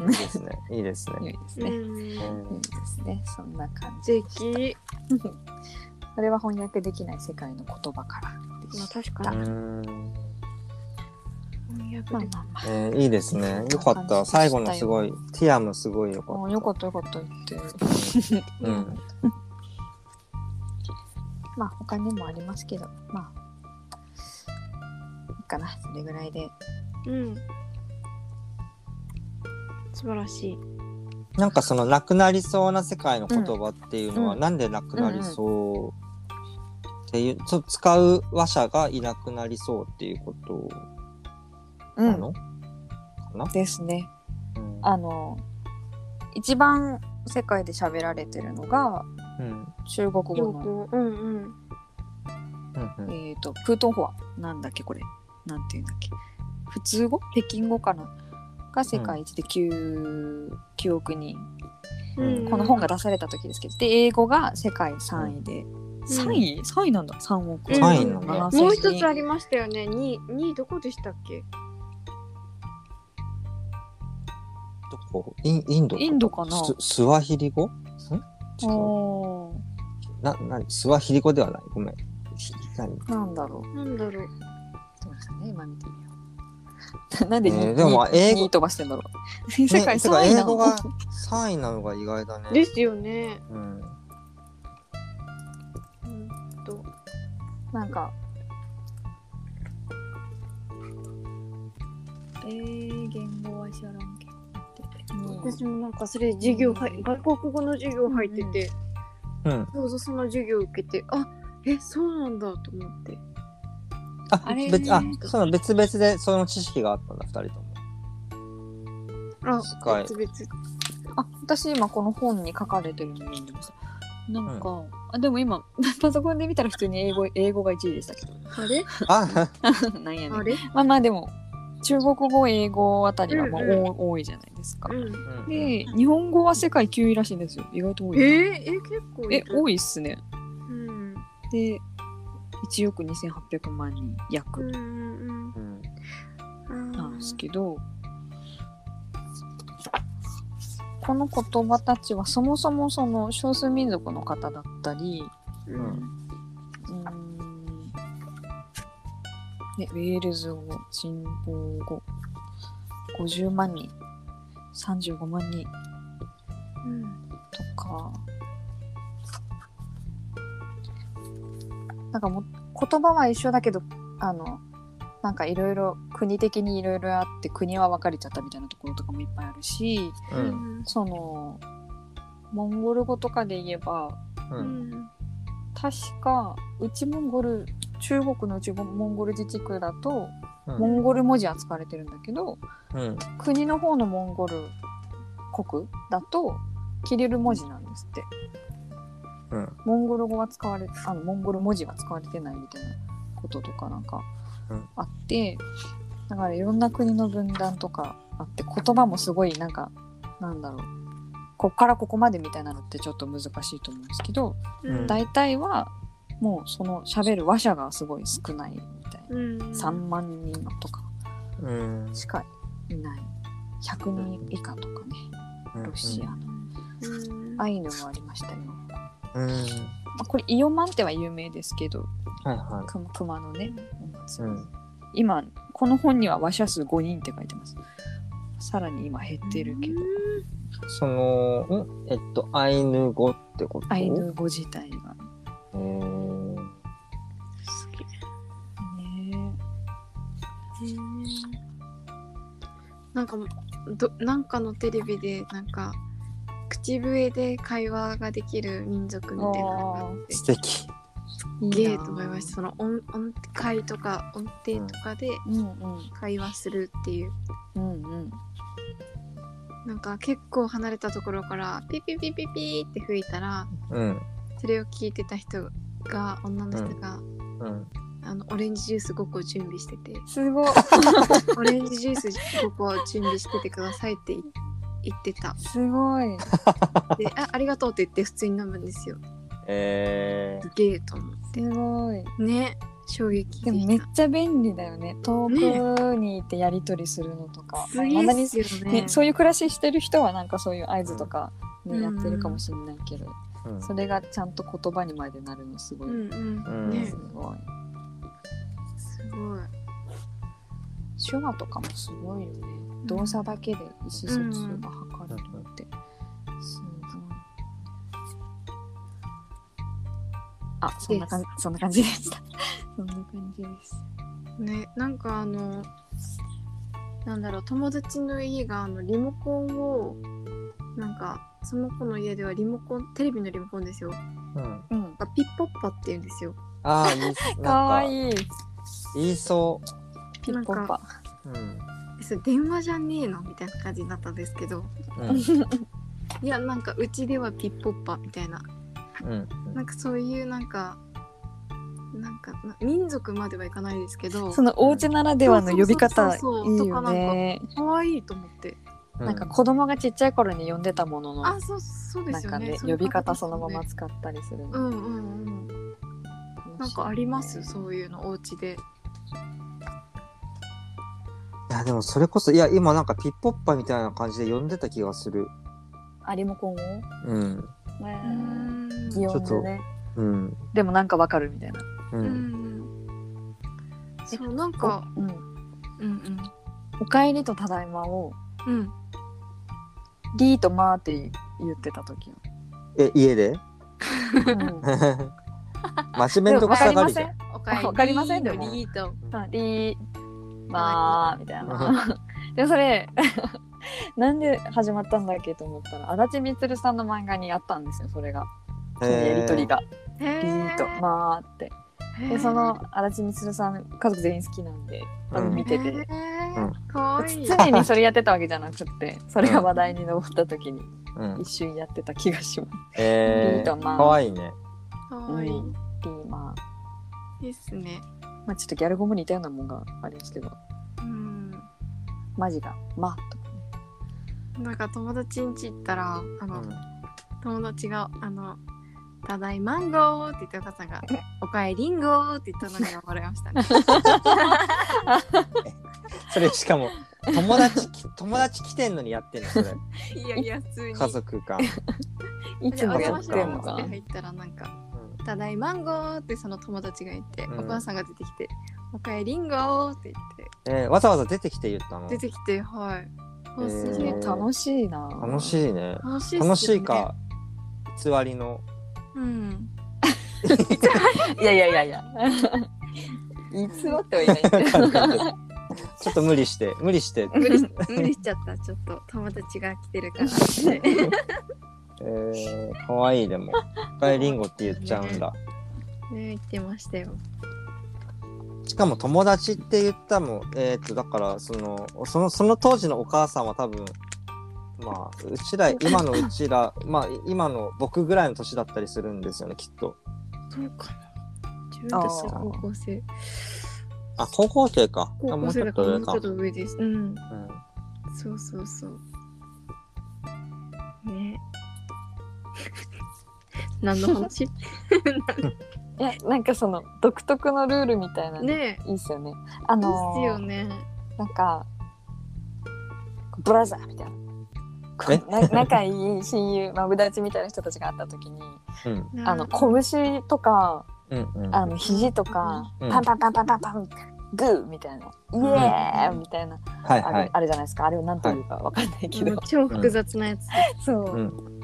Speaker 1: いいです <laughs> ねいいですね
Speaker 2: いいです
Speaker 4: う
Speaker 2: ね。
Speaker 1: うん
Speaker 2: いい
Speaker 1: ん
Speaker 2: ですね。そんな感じ
Speaker 4: 素。敵
Speaker 2: それは翻訳できない世界の言葉からで
Speaker 4: まあ
Speaker 2: し
Speaker 4: 確
Speaker 1: う
Speaker 4: かに
Speaker 1: ん
Speaker 4: 翻
Speaker 2: た。ま
Speaker 4: 訳で
Speaker 2: あまあま
Speaker 1: えーいいですねよかった最後のすごいティアムすごいよ
Speaker 2: あ。
Speaker 1: か
Speaker 2: も
Speaker 1: っ
Speaker 2: うよかったよかった言って。
Speaker 1: た、うん、
Speaker 2: まあ他にもありますけど、まあ、いいかな。それぐらいで。
Speaker 4: うん素晴らしい
Speaker 1: なんかそのなくなりそうな世界の言葉っていうのは、
Speaker 2: うん
Speaker 1: なんでなくなりそうっていう、ちょ使う話者がいなくなりそうっていうこと
Speaker 2: う。
Speaker 1: なんの、かな、
Speaker 2: ですね。
Speaker 1: うん
Speaker 2: あの、一番世界で喋られてるのが
Speaker 1: うん
Speaker 2: 中国語
Speaker 4: 用
Speaker 2: の、
Speaker 4: 語うんうん
Speaker 1: うんうん
Speaker 2: えっ、と、プートンホア。なんだっけこれ。なんていうんだっけ。普通語北京語かな。が世界一で9、9億人。
Speaker 1: うん
Speaker 2: この本が出された時ですけど、で英語が世界3位で、3位 ?3 位なんだ3億
Speaker 4: 三位
Speaker 1: なんだ
Speaker 2: 7千
Speaker 4: もう一つあ
Speaker 2: 人
Speaker 4: りましたよね。二二位どこでしたっけ？
Speaker 1: どこインインド
Speaker 2: インドかな
Speaker 1: ススワヒリ語ん違う
Speaker 2: お
Speaker 1: ななスワヒリ語ではないごめんひ何
Speaker 2: ーなんだろう
Speaker 4: なんだろう。
Speaker 2: どうですかね今見てみようなんでに
Speaker 1: ねえでも
Speaker 2: に
Speaker 1: 英語
Speaker 2: に飛ばしてんだろう世
Speaker 1: ね
Speaker 2: 界
Speaker 1: て
Speaker 2: 3
Speaker 1: か
Speaker 2: 位
Speaker 1: 英
Speaker 2: な
Speaker 1: 語
Speaker 2: の、
Speaker 1: が3位なのが意外だ
Speaker 4: で
Speaker 1: ね、
Speaker 4: すよね。
Speaker 1: うん、
Speaker 4: うんと
Speaker 2: なんかえー、言語は知らんけど
Speaker 4: 私もなんかそれ授業は
Speaker 2: うん
Speaker 4: 外国語の授業入ってて、
Speaker 1: うん
Speaker 4: ちょうどその授業を受けて、あ、え、そうなんだと思って。
Speaker 1: あ
Speaker 2: あれ
Speaker 1: 別あその別々でその知識があったんだ2人とも
Speaker 4: あ
Speaker 1: 近い、
Speaker 4: 別々。
Speaker 2: あ私今この本に書かれてるの読んでましたなんか、あでも今 <laughs> パソコンで見たら普通に英語英語が1位でしたけど
Speaker 4: あれ？
Speaker 1: あ <laughs>
Speaker 2: <laughs> なんやね
Speaker 4: あ
Speaker 2: ん
Speaker 4: れ？
Speaker 2: まあまあでも中国語英語あたりがまあ、
Speaker 4: うんうん
Speaker 2: お多いじゃないですか
Speaker 4: う。ん。
Speaker 1: うん
Speaker 2: で日本語は世界9位らしいんですよ意外と多
Speaker 4: え
Speaker 2: い。
Speaker 4: ー、え結構い
Speaker 2: え
Speaker 4: る。
Speaker 2: 多いっすね。
Speaker 4: うん。
Speaker 2: で1億2800万人
Speaker 4: う
Speaker 2: 約
Speaker 4: んうん
Speaker 1: うん
Speaker 4: うん。
Speaker 2: な
Speaker 4: あ
Speaker 2: んです
Speaker 4: ー
Speaker 2: けど、この言葉たちはそもそもその少数民族の方だったり、
Speaker 4: うん
Speaker 2: うーんね、ウェールズ語、人口語、50万人、35万人
Speaker 4: うん
Speaker 2: とか、なんかもう言葉は一緒だけど、あの、なんかいろいろ国的にいろいろあって国は分かれちゃったみたいなところとかもいっぱいあるし、
Speaker 1: う
Speaker 4: うんん
Speaker 2: その、モンゴル語とかで言えば、
Speaker 1: う
Speaker 4: うんん
Speaker 2: 確か内モンゴル中国の内モンゴル自治区だと
Speaker 1: うん
Speaker 2: モンゴル文字は使われてるんだけど
Speaker 1: うん
Speaker 2: 国の方のモンゴル国だとキリル文字なんですって
Speaker 1: うん
Speaker 2: モンゴル語は使われあのモンゴル文字は使われてないみたいなこととかなんか
Speaker 1: うん
Speaker 2: あって、だからいろんな国の分断とかあって言葉もすごいなんかなんだろうこっからここまでみたいなのってちょっと難しいと思うんですけど、
Speaker 1: うん
Speaker 2: 大体はもうその喋る話者がすごい少ないみたいな、
Speaker 4: うん
Speaker 2: 3万人とか
Speaker 1: うん
Speaker 2: しかいない100人以下とかねロシアの、
Speaker 4: うん
Speaker 2: アイヌもありましたよ、ま
Speaker 1: うん
Speaker 2: あ、これイオマンテは有名ですけど
Speaker 1: はいは
Speaker 2: 熊熊のね、
Speaker 1: いうん
Speaker 2: 今この本には話者数5人って書いてますさらに今減ってるけど、
Speaker 1: そのんえっとアイヌ語ってこと
Speaker 2: アイヌ語自体が
Speaker 1: えー
Speaker 4: すげえ
Speaker 2: ね
Speaker 4: なんかどなんかのテレビでなんか口笛で会話ができる民族みたいなのがあって
Speaker 1: 素敵
Speaker 2: いいな
Speaker 4: ゲーと思いましたその音音階とか音程とかで
Speaker 2: うんうん
Speaker 4: 会話するっていう、
Speaker 2: うんうん
Speaker 4: なんか結構離れたところからピピピピピって吹いたら
Speaker 1: うん
Speaker 4: それを聞いてた人が女の人が、
Speaker 1: うん
Speaker 4: あのオレンジジュース5個準備してて
Speaker 2: す
Speaker 4: <laughs>
Speaker 2: ごい
Speaker 4: オレンジジュース5個準備しててくださいって言ってた
Speaker 2: すごい
Speaker 4: であありがとうって言って普通に飲むんですよ
Speaker 1: え
Speaker 4: すげえと思って
Speaker 2: すごい
Speaker 4: ね衝撃
Speaker 2: で
Speaker 4: で
Speaker 2: も
Speaker 4: し
Speaker 2: めったちゃ便利だよね遠くにいてやり取りするのとか、
Speaker 4: すげ
Speaker 2: まあ未だ
Speaker 4: え
Speaker 2: に
Speaker 4: っすよね
Speaker 2: ね、そういう暮らししてる人はなんかそういう合図とか、ね
Speaker 4: うん
Speaker 2: やってるかもしれないけど、
Speaker 1: ーうん
Speaker 2: それがちゃんと言葉にまでなるのすご
Speaker 4: う
Speaker 2: い、
Speaker 4: んうん、
Speaker 1: うん
Speaker 4: ね
Speaker 2: すごい
Speaker 4: すごい
Speaker 2: 手話とかもすごいよね、動作だけで意思疎通が図れるって、すごいあそんな感じそんな感じでした <laughs> そんな感じです
Speaker 4: ねなんかあのなんだろう友達の家があのリモコンをなんかその子の家ではリモコンテレビのリモコンですよなん
Speaker 1: うん
Speaker 2: うん
Speaker 4: かピッポッパって言うんですよ
Speaker 1: ああ <laughs> いいなん
Speaker 2: かわ
Speaker 1: い
Speaker 2: いい
Speaker 1: 言いそ
Speaker 2: ピッポッパ
Speaker 1: ううん
Speaker 4: えそれ電話じゃねえのみたいな感じになったんですけど
Speaker 1: うん
Speaker 4: いやなんかうちではピッポッパみたいな
Speaker 1: うん
Speaker 4: なんかそういうなんかなんかな民族まではいかないですけど
Speaker 2: そのお家ならではの呼び方いい
Speaker 4: そうそうそうそう
Speaker 2: よね。
Speaker 4: 可愛いと思って
Speaker 1: うん
Speaker 2: なんか子供がちっちゃい頃に呼んでたものの、
Speaker 4: あそうそうで
Speaker 2: なん
Speaker 4: すよ
Speaker 2: か
Speaker 4: ね
Speaker 2: ね
Speaker 4: うい
Speaker 2: 呼
Speaker 4: う
Speaker 2: び方
Speaker 4: です
Speaker 2: そ
Speaker 4: よね
Speaker 2: のまま使ったりする
Speaker 4: う
Speaker 2: の。
Speaker 4: んうんうんなんかありますそういうのお家で。
Speaker 1: いやでもそれこそいや今なんかピッポッパみたいな感じで呼んでた気がする
Speaker 2: あリモコンを
Speaker 1: うん
Speaker 2: ね
Speaker 4: う
Speaker 2: 擬音でね。
Speaker 1: うん
Speaker 2: でもなんかわかるみたいな。
Speaker 1: うん
Speaker 4: ん。そうなんか、
Speaker 2: うん。
Speaker 4: うん
Speaker 2: おかえりとただいまを
Speaker 4: うんうん。
Speaker 2: リーとマーって言ってた時。
Speaker 1: え家で <laughs>
Speaker 2: うん
Speaker 1: 真面目んどくさがりじゃん
Speaker 2: でも
Speaker 4: お
Speaker 2: かえりわかりませんで
Speaker 4: よ
Speaker 2: も
Speaker 4: リーと。
Speaker 2: わかりませんうんリーマーみたいな。 <laughs> でそれなんで始まったんだっけと思ったら足立みつるさんの漫画にあったんですよそれがそのやりとりが。
Speaker 4: リ
Speaker 2: ピーと「まあ」って
Speaker 4: へ
Speaker 2: で
Speaker 4: ー
Speaker 2: その足立みつるさん家族全員好きなんで多分見てて、
Speaker 4: へー
Speaker 1: うん
Speaker 4: 可愛い。
Speaker 2: 常にそれやってたわけじゃなくってそれが話題に上った時に
Speaker 1: うん
Speaker 2: 一瞬やってた気がしますリ
Speaker 1: え
Speaker 2: ー
Speaker 1: ー
Speaker 2: とマー
Speaker 1: かわいいね
Speaker 4: 可愛い。
Speaker 2: リーマー
Speaker 4: ですね。
Speaker 2: まあちょっとギャル語も似たようなもんがありますけど
Speaker 4: うん。
Speaker 2: マジが「ま」とか
Speaker 4: なんか友達ん家行ったらあの友達があの。ただいマンゴーって言ったお母さんが「おかえりん
Speaker 2: <laughs>
Speaker 4: ご」って言ったのに笑いましたね。
Speaker 1: それしかも友達き、友達来てんのにやってんの、
Speaker 4: <laughs>
Speaker 1: それ。
Speaker 4: いやいや、普通に。
Speaker 1: 家族が。
Speaker 2: いつ
Speaker 4: であ
Speaker 2: も
Speaker 4: げ
Speaker 2: や
Speaker 4: ま
Speaker 2: っ
Speaker 4: してた
Speaker 2: て
Speaker 4: よ
Speaker 2: んの
Speaker 4: っ
Speaker 2: か
Speaker 4: て
Speaker 2: な。
Speaker 4: 入ったらなんか「ただいまんご」ってその友達がいて、
Speaker 1: うん
Speaker 4: お母さんが出てきて「おかえりんご」って言って
Speaker 1: えーわざわざ出てきて言ったの
Speaker 4: 出。てきてはいあ
Speaker 1: へー
Speaker 4: すげえ
Speaker 2: ね楽しいな。
Speaker 1: 楽しいね。
Speaker 4: 楽しいっすよね
Speaker 1: 楽しいか、偽りの。 <laughs>
Speaker 4: うん
Speaker 2: いやいやいやいや。いつもってはいないんだけど。
Speaker 1: <laughs> ちょっと無理して、無理して。
Speaker 4: 無
Speaker 1: <laughs>
Speaker 4: 理し無理しちゃったちょっと友達が来てるから
Speaker 1: <laughs>
Speaker 4: って
Speaker 1: えー、かわいいで
Speaker 4: <laughs>
Speaker 1: も。一回リンゴって言っちゃうんだ。
Speaker 4: ね言ってましたよ
Speaker 1: しかも友達って言ったもん、えー、っと、だから、その、その、その当時のお母さんは多分、まあ、うち
Speaker 4: <laughs>
Speaker 1: ら、今のうちら、まあ、今の僕ぐらいの年だったりするんですよね、きっと。
Speaker 4: そうかな自分
Speaker 2: あー
Speaker 4: としては高校生
Speaker 1: あ、高校生か。あ
Speaker 4: 高
Speaker 1: も
Speaker 4: 校
Speaker 1: うち
Speaker 4: 生
Speaker 1: ょ
Speaker 4: だ
Speaker 1: っ
Speaker 4: からもうち
Speaker 1: と上か。
Speaker 4: ょっと上ですうん
Speaker 1: うん
Speaker 4: そうそうそうね <laughs> 何の
Speaker 1: <laughs>
Speaker 4: 話
Speaker 2: いやなんかその独特のルールみたいなのい
Speaker 4: ねえ
Speaker 2: いっすよね。あ
Speaker 4: いいっ
Speaker 2: の
Speaker 4: すよね
Speaker 2: なんかブラザーみたいな。こ
Speaker 1: え
Speaker 2: うな <laughs> 仲いい親友マブダチみたいな人たちが会った時に
Speaker 1: うん。
Speaker 2: あの拳とか
Speaker 1: うんうん。
Speaker 2: あの肘とか、
Speaker 1: うん
Speaker 2: パンパンパンパンパンパングーみたいなイエーイみたいな、
Speaker 1: はい
Speaker 2: あれ
Speaker 1: はい。
Speaker 2: あれじゃないですかあれを何というかわかんないけど、
Speaker 4: もう超複雑なやつ、
Speaker 2: そう、
Speaker 1: うん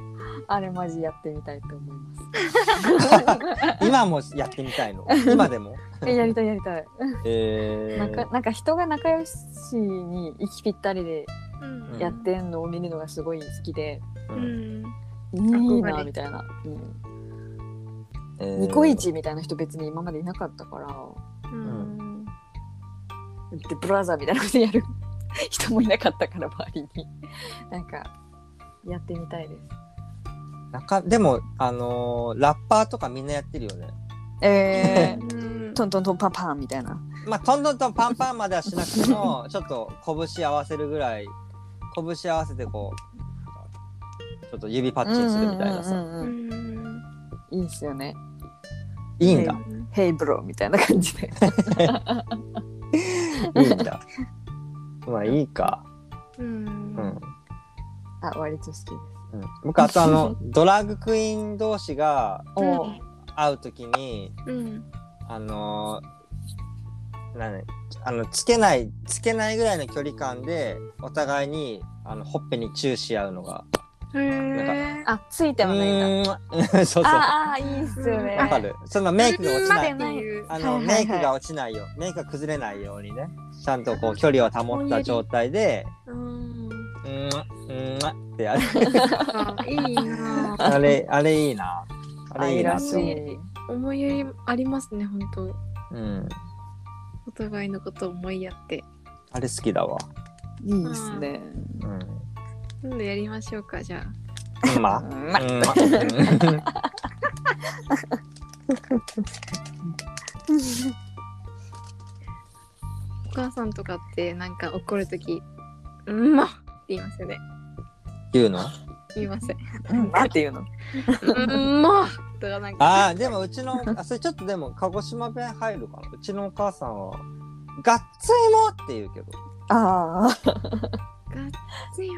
Speaker 2: あれマジやってみたいと思いま
Speaker 1: <laughs>
Speaker 2: す
Speaker 1: 今もやってみた
Speaker 4: <laughs>
Speaker 1: いの。今でも。
Speaker 2: えやりたいやりたい、
Speaker 1: え
Speaker 2: なんか
Speaker 1: ー、
Speaker 2: なんか人が仲良しに息ぴったりで
Speaker 4: うん
Speaker 2: やってんのを見るのがすごい好きで、
Speaker 1: う
Speaker 4: うんん、
Speaker 2: いい
Speaker 4: 憧
Speaker 2: な
Speaker 4: れ
Speaker 2: みたいな、うん
Speaker 1: えー
Speaker 2: ニコイチみたいな人別に今までいなかったから
Speaker 4: うん
Speaker 2: でブラザーみたいなことやる人もいなかったから周りになんかやってみたいです
Speaker 1: なんかでもあのーラッパーとかみんなやってるよね。
Speaker 2: え
Speaker 4: う
Speaker 2: ー
Speaker 4: ん
Speaker 2: トントントンパンパンみたいな
Speaker 1: まあトントントンパンパンまではしなくてもちょっと拳合わせるぐらい拳合わせてこうちょっと指パッチンするみたいな
Speaker 2: う
Speaker 1: さ
Speaker 2: んうんうんうんいいっすよね
Speaker 1: いいんだ
Speaker 2: 「ヘイブロー」みたいな感じで
Speaker 1: いいんだ。まあいいか。
Speaker 4: うん
Speaker 1: うん。
Speaker 2: あ割と好きです
Speaker 1: うん、僕あとあのドラッグクイーン同士が
Speaker 2: おう
Speaker 1: 会うときに
Speaker 4: うん
Speaker 1: あのーなんだあのつけないつけないぐらいの距離感でお互いにあのほっぺにチューし合うのが。
Speaker 4: へえ
Speaker 2: あついてもないんだ
Speaker 1: うーん <laughs> そうそう。わ
Speaker 2: あーあーいいっすよね
Speaker 1: かる。そのメイクが落ちな
Speaker 2: うーん
Speaker 1: い。
Speaker 2: ない
Speaker 1: あの、
Speaker 2: はいはいは
Speaker 1: メ
Speaker 2: い
Speaker 1: イクが落ちないよ。メイクが崩れないようにね。ちゃんとこう距離を保った状態で、
Speaker 4: うん
Speaker 1: うーん、うーんってやる。 <laughs>
Speaker 4: あいいなあ
Speaker 1: あれ、あれいいな。あれいいな
Speaker 2: ら
Speaker 1: っ
Speaker 2: して
Speaker 4: 愛
Speaker 1: 思う。
Speaker 2: い
Speaker 4: 思いやりありますね本当
Speaker 1: うん。
Speaker 4: お互いのことを思いやって
Speaker 1: あれ好きだわ。
Speaker 2: いいっすね
Speaker 1: うん。
Speaker 4: 今度やりましょうかじゃあ
Speaker 1: うんま。
Speaker 2: うん
Speaker 1: ま
Speaker 2: ま
Speaker 1: うん
Speaker 4: お母さんとかってなんか怒るとき「うんまっ!」って言いますよね
Speaker 1: 言うの
Speaker 4: 言いません
Speaker 2: うんまっていうの
Speaker 4: うんまっ!」とかなんか
Speaker 1: ああ、でもうちの、あ、それちょっとでも、鹿児島弁入るかな。うちのお母さんは、がっついもって言うけど、
Speaker 2: あ
Speaker 4: が
Speaker 2: あ
Speaker 4: っついよ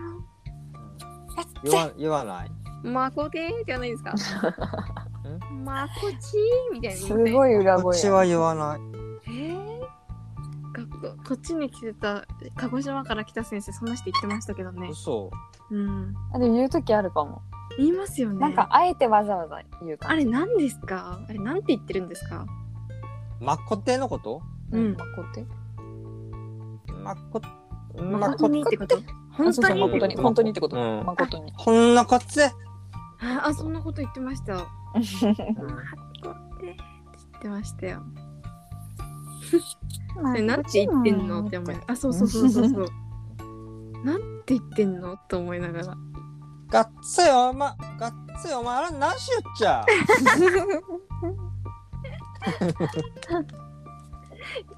Speaker 1: 言わ言わない。
Speaker 4: まこでーじゃない <laughs> ですかまこちーみたいな
Speaker 2: すごい裏
Speaker 1: こっ
Speaker 2: 声
Speaker 1: ち
Speaker 2: や
Speaker 1: は言わない。
Speaker 4: えー、学校こっちに来てた鹿児島から来た先生そんな人言ってましたけどね
Speaker 1: 嘘。
Speaker 4: うん
Speaker 2: あでも言う時あるかも
Speaker 4: 言いますよね
Speaker 2: なんかあえてわざわざ言うか
Speaker 4: あれ何ですかあれなんて言ってるんですか
Speaker 1: まっこってのこと
Speaker 2: う
Speaker 4: うん
Speaker 2: んまこって
Speaker 1: まっこ、ま
Speaker 4: 本
Speaker 1: っ
Speaker 4: 当
Speaker 1: こ、
Speaker 4: にってこと本当に
Speaker 1: あそうそう
Speaker 2: 本当に本当にってこと、
Speaker 1: うん
Speaker 2: まことに
Speaker 1: こんなこっち。
Speaker 4: ああそんなこと言ってましたまこでーって言ってましたよえなんて言ってんのって思いあそうそうそうそうそう <laughs> なんて言ってんのと思いながら
Speaker 1: がっついおま、がっついお前、あれ何しよっちゃ。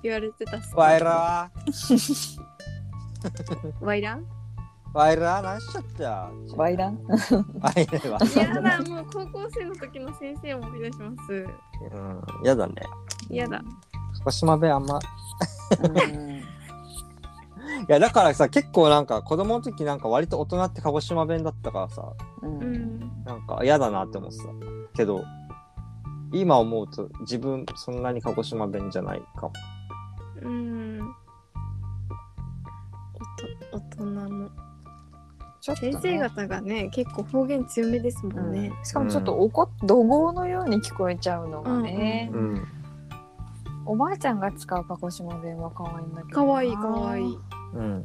Speaker 4: 言われてたっす
Speaker 1: わいらは、
Speaker 4: ワイラン
Speaker 1: わいらは何しよっちゃ。
Speaker 2: ワイラン
Speaker 1: わいらは。
Speaker 4: 嫌だもう高校生の時の先生を思い出します
Speaker 1: うん、やだね。
Speaker 4: 嫌だ
Speaker 1: 鹿児島弁あんま、
Speaker 2: うん
Speaker 1: やだからさ結構なんか子供の時なんか割と大人って鹿児島弁だったからさ
Speaker 2: う
Speaker 4: うんん。
Speaker 1: なんか嫌だなって思ってたけど今思うと自分そんなに鹿児島弁じゃないかも
Speaker 4: うん。おと大人の
Speaker 2: ちょっとね
Speaker 4: 先生方がね結構方言強めですもんね。
Speaker 2: しかもちょっと怒っ怒号のように聞こえちゃうのがね、
Speaker 1: うん
Speaker 2: おばあちゃんが使う鹿児島弁は可愛いんだけど
Speaker 4: 可愛い可愛い
Speaker 2: や
Speaker 1: うん
Speaker 2: っ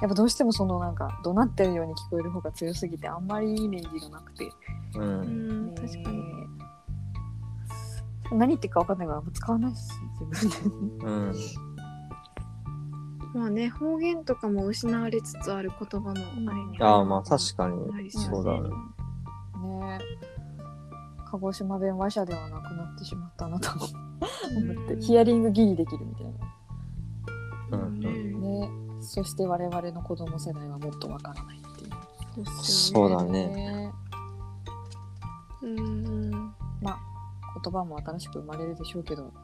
Speaker 2: ぱどうしてもそのなんか怒鳴ってるように聞こえる方が強すぎてあんまりイメージがなくて、
Speaker 1: うんう
Speaker 4: うんん、
Speaker 2: ね
Speaker 4: 確かに。
Speaker 2: 何言ってるか分かんないから使わないし自分で
Speaker 1: うん
Speaker 4: まあね方言とかも失われつつある言葉のあれに。
Speaker 1: ああまあ確かに
Speaker 4: なり
Speaker 1: そうだね。
Speaker 2: ね鹿児島弁話者ではなくなってしまったなと思って
Speaker 4: うん
Speaker 2: ヒアリングギリできるみたいな
Speaker 1: うんう
Speaker 4: ね
Speaker 1: ん
Speaker 2: ねそして我々の子供世代はもっとわからないっていう
Speaker 1: そうだね
Speaker 2: ね
Speaker 4: うん。
Speaker 2: 言葉も新しく生まれるでしょうけど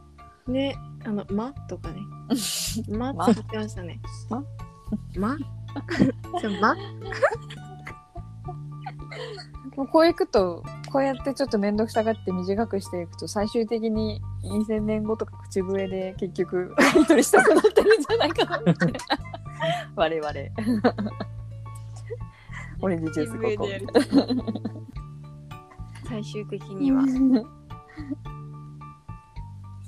Speaker 4: ね、あの、まと
Speaker 1: <laughs>
Speaker 4: かね。ま
Speaker 2: ま
Speaker 4: って言ってましたね。
Speaker 2: ま
Speaker 4: ま <laughs> それま
Speaker 2: もうこういくとこうやってちょっと面倒くさがって短くしていくと最終的に2000年後とか口笛で結局 <laughs> やり取りしたくなってるんじゃないかなって <laughs> 我々オレンジジュース5
Speaker 4: 口
Speaker 2: 個
Speaker 4: 笛でやる <laughs> 最終的には。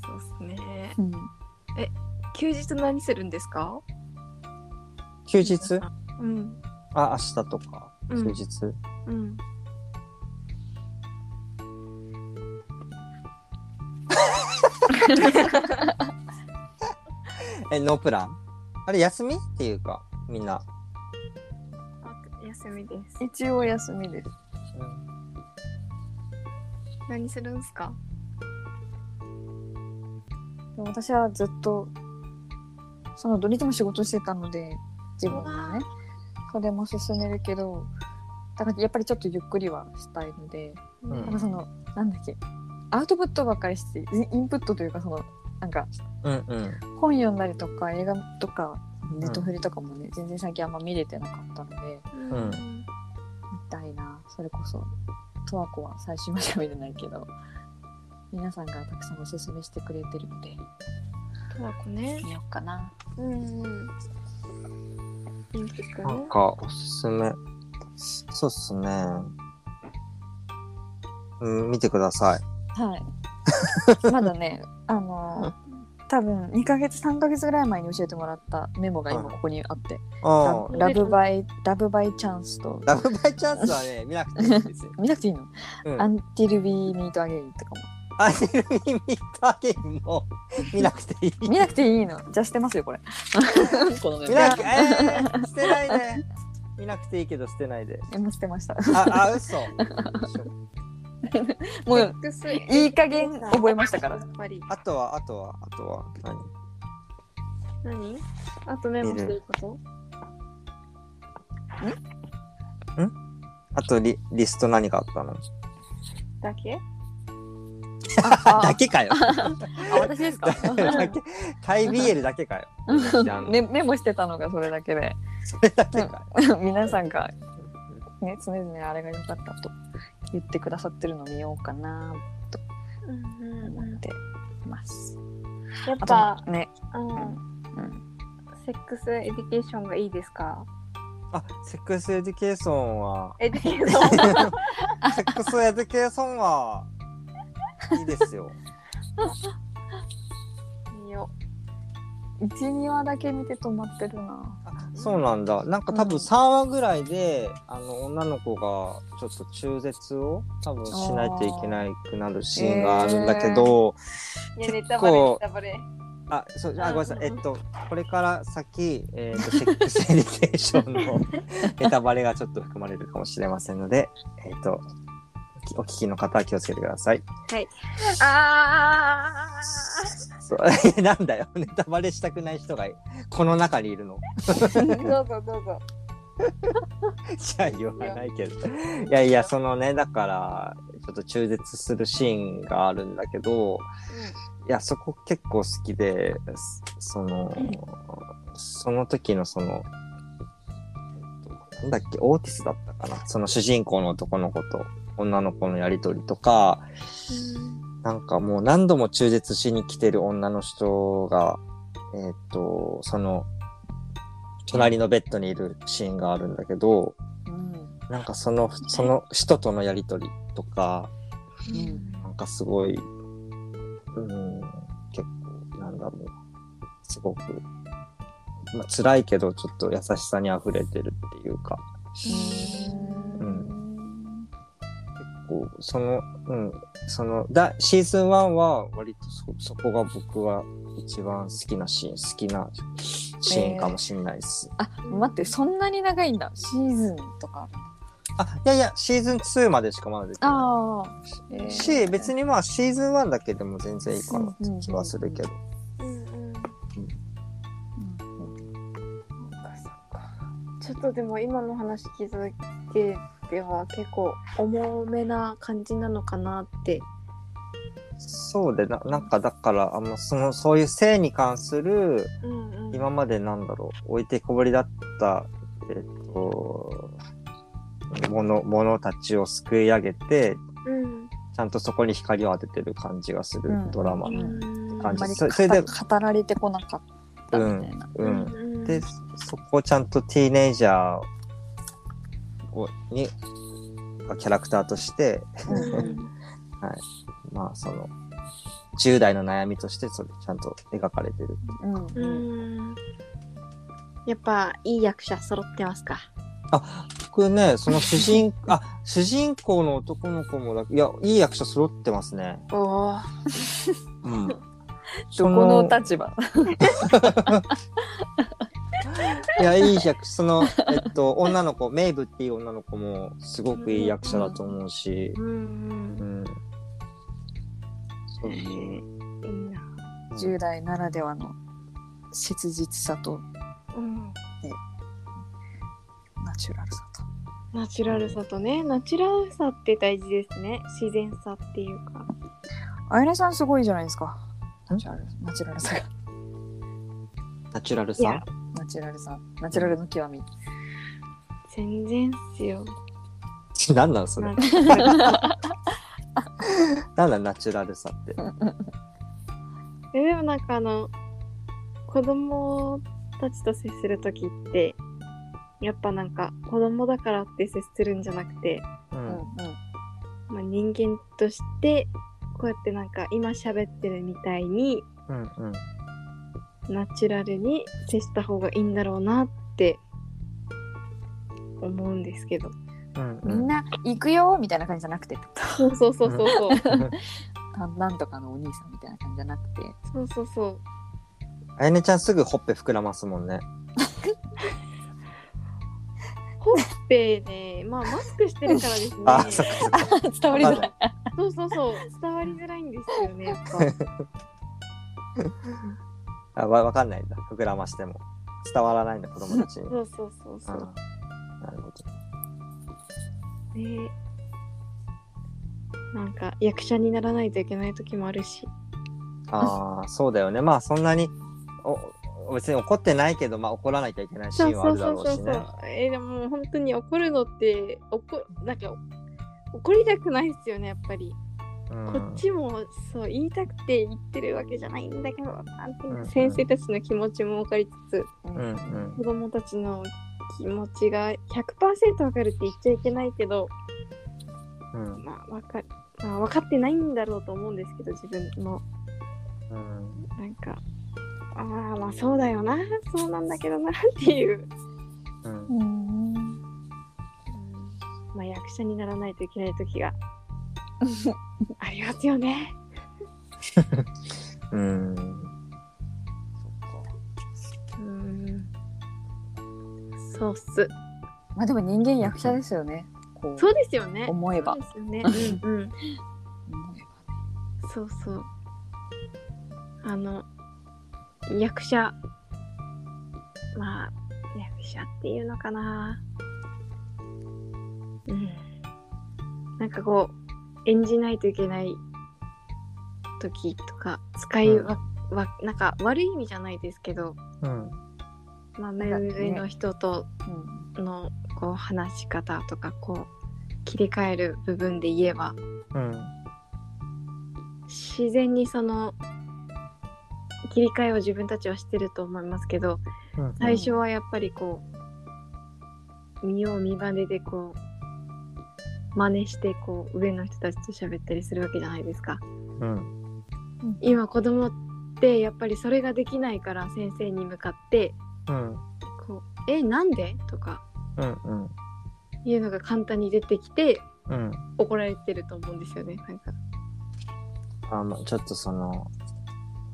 Speaker 4: そうですね。
Speaker 2: うん
Speaker 4: 休日何するんですか
Speaker 1: 休日
Speaker 4: うん。
Speaker 1: あ明日とか
Speaker 4: う
Speaker 1: 休
Speaker 4: ん
Speaker 1: 日、
Speaker 4: うん。
Speaker 1: えノープランあれ休みっていうかみんな
Speaker 4: あ休みです。
Speaker 2: 一応休みです
Speaker 4: 何するんすか
Speaker 2: でも私はずっとその土日も仕事してたので自分のねそれも進めるけどだからやっぱりちょっとゆっくりはしたいので、
Speaker 1: うん
Speaker 2: なんかそのなんだっけアウトプットばっかりしてインインプットというかそのなんか
Speaker 1: うんうん
Speaker 2: 本読んだりとか映画とかネットフリとかもね、全然最近あんま見れてなかったので
Speaker 1: ん
Speaker 2: みたいなそれこそ十和子は最新話しか見れないけど皆さんがたくさんおすすめしてくれてるので
Speaker 4: トワコね。
Speaker 2: 見ようかな。
Speaker 4: うんうん。インプくん
Speaker 1: なんかおすすめそうっすねうん見てください <laughs>
Speaker 2: はい。まだね、あのー、多分2ヶ月、3ヶ月ぐらい前に教えてもらったメモが今ここにあって、
Speaker 1: あ
Speaker 2: ラブバイ、ラブバイチャンスと、
Speaker 1: ラブバイチャンスはね見なくていいん
Speaker 2: <laughs>
Speaker 1: ですよ、
Speaker 2: 見なくていいの、
Speaker 1: うん、
Speaker 2: ア
Speaker 1: ア
Speaker 2: ンティルビーミートアゲインとか
Speaker 1: ニメ見たゲームも見なくていい
Speaker 2: も。見なくていいのじゃあ捨てますよ、これ。このメ
Speaker 1: 見
Speaker 2: モ。
Speaker 1: なくえー、捨てないで見なくていいけど捨てないで
Speaker 2: えもう捨てました。
Speaker 1: ああ嘘
Speaker 2: もう、
Speaker 4: X
Speaker 2: いい加減覚えましたから
Speaker 4: や。っぱり。
Speaker 1: あとはあとはあとは何
Speaker 4: 何あとメモすること
Speaker 1: あとリリスト何があったの
Speaker 4: だけ
Speaker 2: あ
Speaker 1: <laughs> だけかよ
Speaker 2: あ、私です <laughs> か
Speaker 1: だけタイビエルだけかよ
Speaker 2: メメモしてたのがそれだけで、 <laughs>
Speaker 1: それだけかよ
Speaker 2: 皆さんが、ね、常々あれが良かったと言ってくださってるの見ようかな
Speaker 4: うんうん
Speaker 2: 思ってます。
Speaker 4: やっ
Speaker 2: あ
Speaker 4: ぱ、
Speaker 2: とね、
Speaker 4: うん
Speaker 2: うん、
Speaker 4: セックスエディケーションがいいですか、
Speaker 1: あ、セックスエデュケーションは
Speaker 4: エディケーション
Speaker 1: セックスエデュケーションは、いいですよ。
Speaker 4: 見よ
Speaker 2: 一二話だけ見て止まってるな。
Speaker 1: あそうなんだ。なんか多分3話ぐらいで、あの、女の子がちょっと中絶を多分しないといけなくなるシーンがあるんだけど、
Speaker 4: う。いや、ネ
Speaker 1: 結
Speaker 4: タバレ、ネ
Speaker 1: 構
Speaker 4: タバレ。
Speaker 1: あ、そう、あ、ごめんなさい。
Speaker 4: うん
Speaker 1: え
Speaker 4: うん
Speaker 1: っと、これから先、えっと、セック <laughs> スエデュケーションのネタバレがちょっと含まれるかもしれませんので、えっと、お聞きの方は気をつけてくだ <laughs> さい。
Speaker 4: あ
Speaker 1: そう <laughs> えなんだよネタバレしたくない人がこの中にいるの <laughs>
Speaker 4: ーどうぞどうぞ。
Speaker 1: じゃあ言わないけどいやいやそのねだからちょっと中絶するシーンがあるんだけど、いやそこ結構好きですそのその時のその、なんだっけ、オーティスだったかな。その主人公の男の子と女の子のやりとりとか、なんかもう何度も中絶しに来てる女の人が、えーっと、その、隣のベッドにいるシーンがあるんだけど、
Speaker 2: うん
Speaker 1: なんかその、その人とのやりとりとか、
Speaker 2: うん
Speaker 1: なんかすごい、うん、結構、なんだろう、すごく、まあ、辛いけど、ちょっと優しさに溢れてるっていうか、うこうその、うん、その、だ、シーズン1は、割とそ、そこが僕は一番好きなシーン、好きなシーンかもしれないです。
Speaker 2: あ待ってそんなに長いんだシーズンとか
Speaker 1: あ、いやいや、シーズン2までしかまだ出てな
Speaker 2: ああ、え
Speaker 1: い。し、別
Speaker 2: に
Speaker 1: にまあ、シーズン1だけでも全然いいかなって気はするけど。
Speaker 4: うんうん
Speaker 2: うん
Speaker 4: ちょっとでも今の話聞いてでは結構重めな感じなのかなって。
Speaker 1: そうでな、なんかだから、あの、その、そういう性に関する、
Speaker 4: うんうん
Speaker 1: 今までなんだろう、置いてこぼりだった、えっ、と、もの、ものたちを救い上げて、
Speaker 4: うん
Speaker 1: ちゃんとそこに光を当ててる感じがする
Speaker 2: うん
Speaker 1: ドラマ。うん。
Speaker 2: あんまり
Speaker 1: そそれで
Speaker 2: 語語られてこなかったみたいな、
Speaker 4: うん
Speaker 1: で、そこをちゃんとティーネイジャーをに、がキャラクターとして、
Speaker 4: うん
Speaker 1: まあその、10代の悩みとして、それちゃんと描かれてる。
Speaker 2: うんうん
Speaker 4: うんやっぱいい役者揃ってますか。
Speaker 1: 僕ね、その主人、
Speaker 2: <laughs>
Speaker 1: あ、主人公の男の子もだ、いや、いい役者揃ってますね。
Speaker 4: おお。
Speaker 1: うん。ど
Speaker 2: どこの立場
Speaker 1: いや、いい役、その、えっと、女の子、メイブっていう女の子も、すごくいい役者だと思うし、
Speaker 4: うん
Speaker 1: うん。そう
Speaker 4: うん。いいな。
Speaker 1: そう
Speaker 2: 10代ならではの切実さと
Speaker 4: うん。
Speaker 2: ナチュラルさと
Speaker 4: ナチュラルさとね、ナチュラルさって大事ですね。自然さっていうか。
Speaker 2: あやねさんすごいじゃないですか
Speaker 1: ん
Speaker 2: ナチュラルナチュラルさが
Speaker 1: ナチュラル
Speaker 4: い
Speaker 1: さ
Speaker 4: や
Speaker 2: ナチュラルさナチュラルの極み
Speaker 4: 全然っすよ。
Speaker 1: 何 <laughs> なんそれ
Speaker 4: ナチュラル
Speaker 1: 何なんナチュラルさって。
Speaker 4: えでもなんかあの子供たちと接する時ってやっぱなんか子供だからって接するんじゃなくて、
Speaker 1: う
Speaker 2: うん
Speaker 1: ん。
Speaker 4: まあ、人間としてこうやってなんか今喋ってるみたいに
Speaker 1: うんうん。
Speaker 4: ナチュラルに接した方がいいんだろうなって思うんですけど
Speaker 1: うん
Speaker 2: うんみん
Speaker 1: うん。
Speaker 2: な行くよみたいな感じじゃなくて
Speaker 4: そうそうそうそう
Speaker 1: <laughs>
Speaker 4: そう
Speaker 2: あなんとかのお兄さんみたいな感じじゃなくて
Speaker 4: そうそうそう
Speaker 1: <laughs> あやねちゃんすぐほっぺ膨らますもんね。
Speaker 4: ほっぺねまあマスクしてるからですね
Speaker 1: <laughs> あ、そっかそっか。
Speaker 2: <laughs> 伝わりづらい
Speaker 4: そうそうそう伝わりづらいんですよねやっ
Speaker 1: <laughs>
Speaker 4: ぱ
Speaker 1: あわわかんないんだ。膨らましても。伝わらないんだ、子供たちに。
Speaker 4: そうそうそう
Speaker 1: あ
Speaker 4: そ
Speaker 1: ー
Speaker 4: う
Speaker 1: なるほど。
Speaker 4: ねなんか役者にならないといけない時もあるし
Speaker 1: ああ、そうだよね。まあそんなに、お別に怒ってないけど、まあ怒らなきゃいけないシーンはあるだろうしね。
Speaker 4: えーでも本当に怒るのって怒なんか怒りたくないですよねやっぱり、
Speaker 1: うん
Speaker 4: こっちもそう言いたくて言ってるわけじゃないんだけどなんていう
Speaker 1: うんうん
Speaker 4: の先生たちの気持ちも分かりつつ
Speaker 1: うんうん
Speaker 4: 子供たちの気持ちが100%分かるって言っちゃいけないけど、
Speaker 1: うん
Speaker 4: まあ、分かまあ分かってないんだろうと思うんですけど自分の
Speaker 1: うん。
Speaker 4: なんか、ああ、まあそうだよな、そうなんだけどなっていう、
Speaker 1: うん
Speaker 2: うん
Speaker 4: まあ役者にならないといけない時がありますよね。
Speaker 1: うん。
Speaker 4: うん。そうっす。
Speaker 2: まあでも人間役者ですよねこう
Speaker 4: そうですよね。
Speaker 2: 思えば
Speaker 4: そうですよね。うんうん。
Speaker 2: 思えば
Speaker 4: そうそう。あの、役者、まあ、役者っていうのかな。うん。なんかこう、演じないといけない時とか、使いわ、わなんか悪い意味じゃないですけど、
Speaker 1: うん。
Speaker 4: まあ、目上の人と
Speaker 2: うん
Speaker 4: のこう話し方とかこう切り替える部分で言えば
Speaker 1: うん。
Speaker 4: 自然にその切り替えを自分たちはしてると思いますけど
Speaker 1: うん。
Speaker 4: 最初はやっぱりこう見よう見まねでこう真似してこう上の人たちと喋ったりするわけじゃないですか。
Speaker 1: うん。
Speaker 4: 今子供ってやっぱりそれができないから先生に向かって
Speaker 1: うん。
Speaker 4: こう「えなんで?」とか
Speaker 1: うん。うん。
Speaker 4: いうのが簡単に出てきて
Speaker 1: うん。
Speaker 4: 怒られてると思うんですよね。なんか
Speaker 1: あまあ、ちょっとその、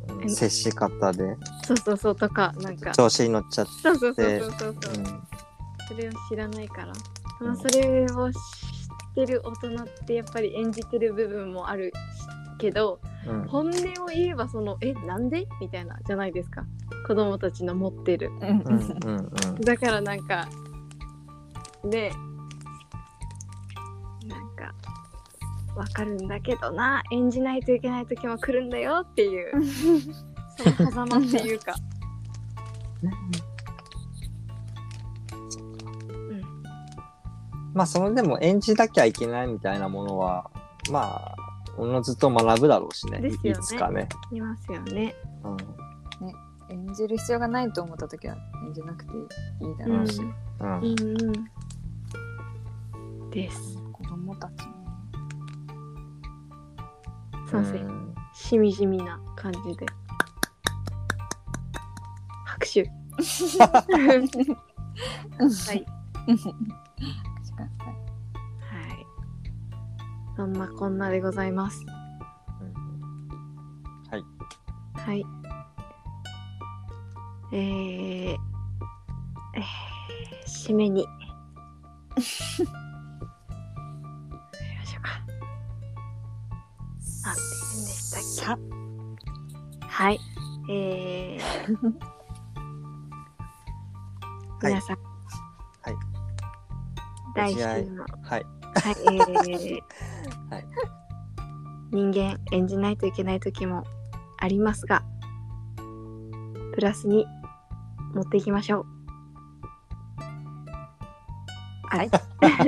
Speaker 1: うん
Speaker 4: え
Speaker 1: 接し方で
Speaker 4: そうそうそうとかなんか
Speaker 1: 調子に乗っちゃっ
Speaker 4: そうそうそう
Speaker 1: で
Speaker 4: そうそう
Speaker 1: て、
Speaker 4: そうそれを知らないから、ま
Speaker 1: う
Speaker 4: あ、
Speaker 1: ん
Speaker 4: それを知ってる大人ってやっぱり演じてる部分もあるけど
Speaker 1: うん。
Speaker 4: 本音を言えばその「えなんで?」みたいなじゃないですか子供たちの持ってる
Speaker 1: う
Speaker 2: うん
Speaker 1: ん。うん。うん。うん
Speaker 4: だからなんかでなんかわかるんだけどな演じないといけない時も来るんだよっていうその狭間っていう
Speaker 1: <laughs>
Speaker 4: か
Speaker 1: まあ、そのでも演じなきゃいけないみたいなものは、まあ、おのずと学ぶだろうしね。
Speaker 4: ですよね
Speaker 1: いつかね。
Speaker 4: いますよね。
Speaker 1: うん。
Speaker 2: 演じる必要がないと思った時は演じなくていいだ
Speaker 4: う
Speaker 2: ろ
Speaker 4: ん
Speaker 2: うし、
Speaker 1: うん。
Speaker 4: うんうんです。
Speaker 2: 子供たちも
Speaker 4: そうですね
Speaker 1: ん
Speaker 4: しみじみな感じで拍手はい
Speaker 2: 確かに
Speaker 4: はい。そんなこんなでございます。
Speaker 1: はい。
Speaker 4: はい。えー、えー締め
Speaker 1: <laughs>
Speaker 4: に。やりましょうか。なんて言うんでしたっけ。はい。えー、 <laughs>
Speaker 1: はい
Speaker 4: 皆さん。
Speaker 1: はい。
Speaker 4: 来
Speaker 1: ご自愛
Speaker 4: 週も。
Speaker 1: はい。
Speaker 4: <laughs> はい、えー
Speaker 1: はい
Speaker 4: 人間演じないといけない時もありますがプラスに持っていきま <laughs> しょうはい
Speaker 2: はい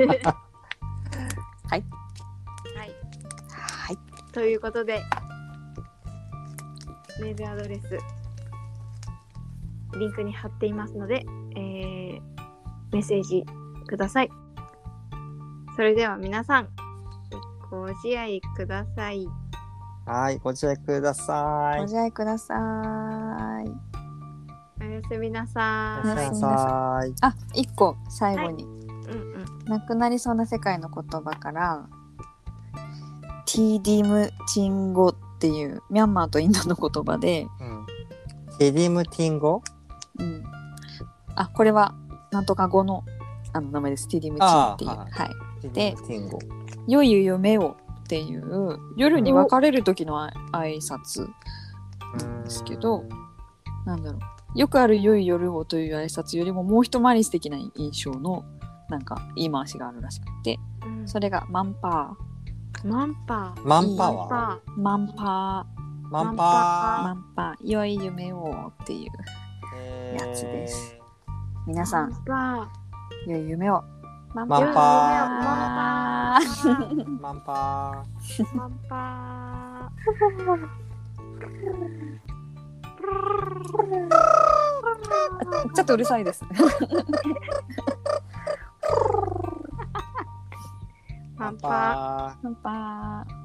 Speaker 4: はい
Speaker 2: はい
Speaker 4: ということでメールアドレスリンクに貼っていますので、えーメッセージくださいそれでは皆さんご自愛ください
Speaker 1: はい。ご自愛ください。
Speaker 2: ご自愛ください
Speaker 4: おやすみなさ
Speaker 1: ご
Speaker 2: お
Speaker 1: 自愛く
Speaker 2: や
Speaker 1: だ
Speaker 2: すみ
Speaker 1: さい。
Speaker 2: あ一個最後に、
Speaker 4: いうんうん
Speaker 2: なくなりそうな世界の言葉からティーディムチン語っていうミャンマーとインドの言葉で、
Speaker 1: うんティリムティンゴ
Speaker 2: うん、あこれはなんとか語のあの名前ですティーディムチンっていう、
Speaker 1: あーはい
Speaker 2: はい、
Speaker 1: ティ
Speaker 2: で
Speaker 1: リムティンゴ。
Speaker 2: 良い夢をっていう夜に別れる時のあ挨拶なんですけどなんだろうよくある良い夜をという挨拶よりももう一回り素敵な印象のなんか言い回しがあるらしくて
Speaker 4: うん
Speaker 2: それがマンパ
Speaker 4: マンパー
Speaker 1: マン
Speaker 4: マ
Speaker 1: パ
Speaker 4: ン
Speaker 1: ワ
Speaker 4: パ
Speaker 1: ー
Speaker 2: ーマン
Speaker 1: マン
Speaker 2: パー
Speaker 1: パ
Speaker 2: マンパー良い夢をっていう
Speaker 1: ー
Speaker 2: やつです。
Speaker 4: ー
Speaker 2: 皆さん
Speaker 4: マンパ
Speaker 2: 良い夢をマン
Speaker 1: マンパ
Speaker 2: パ
Speaker 1: ー
Speaker 2: マンパ
Speaker 4: ー
Speaker 1: えーマンパ
Speaker 4: マンパ
Speaker 2: ー <laughs> ちょっとうるさいです
Speaker 4: ー
Speaker 1: ー。マ
Speaker 4: マン
Speaker 1: ン
Speaker 4: パ
Speaker 1: パ
Speaker 2: マンパー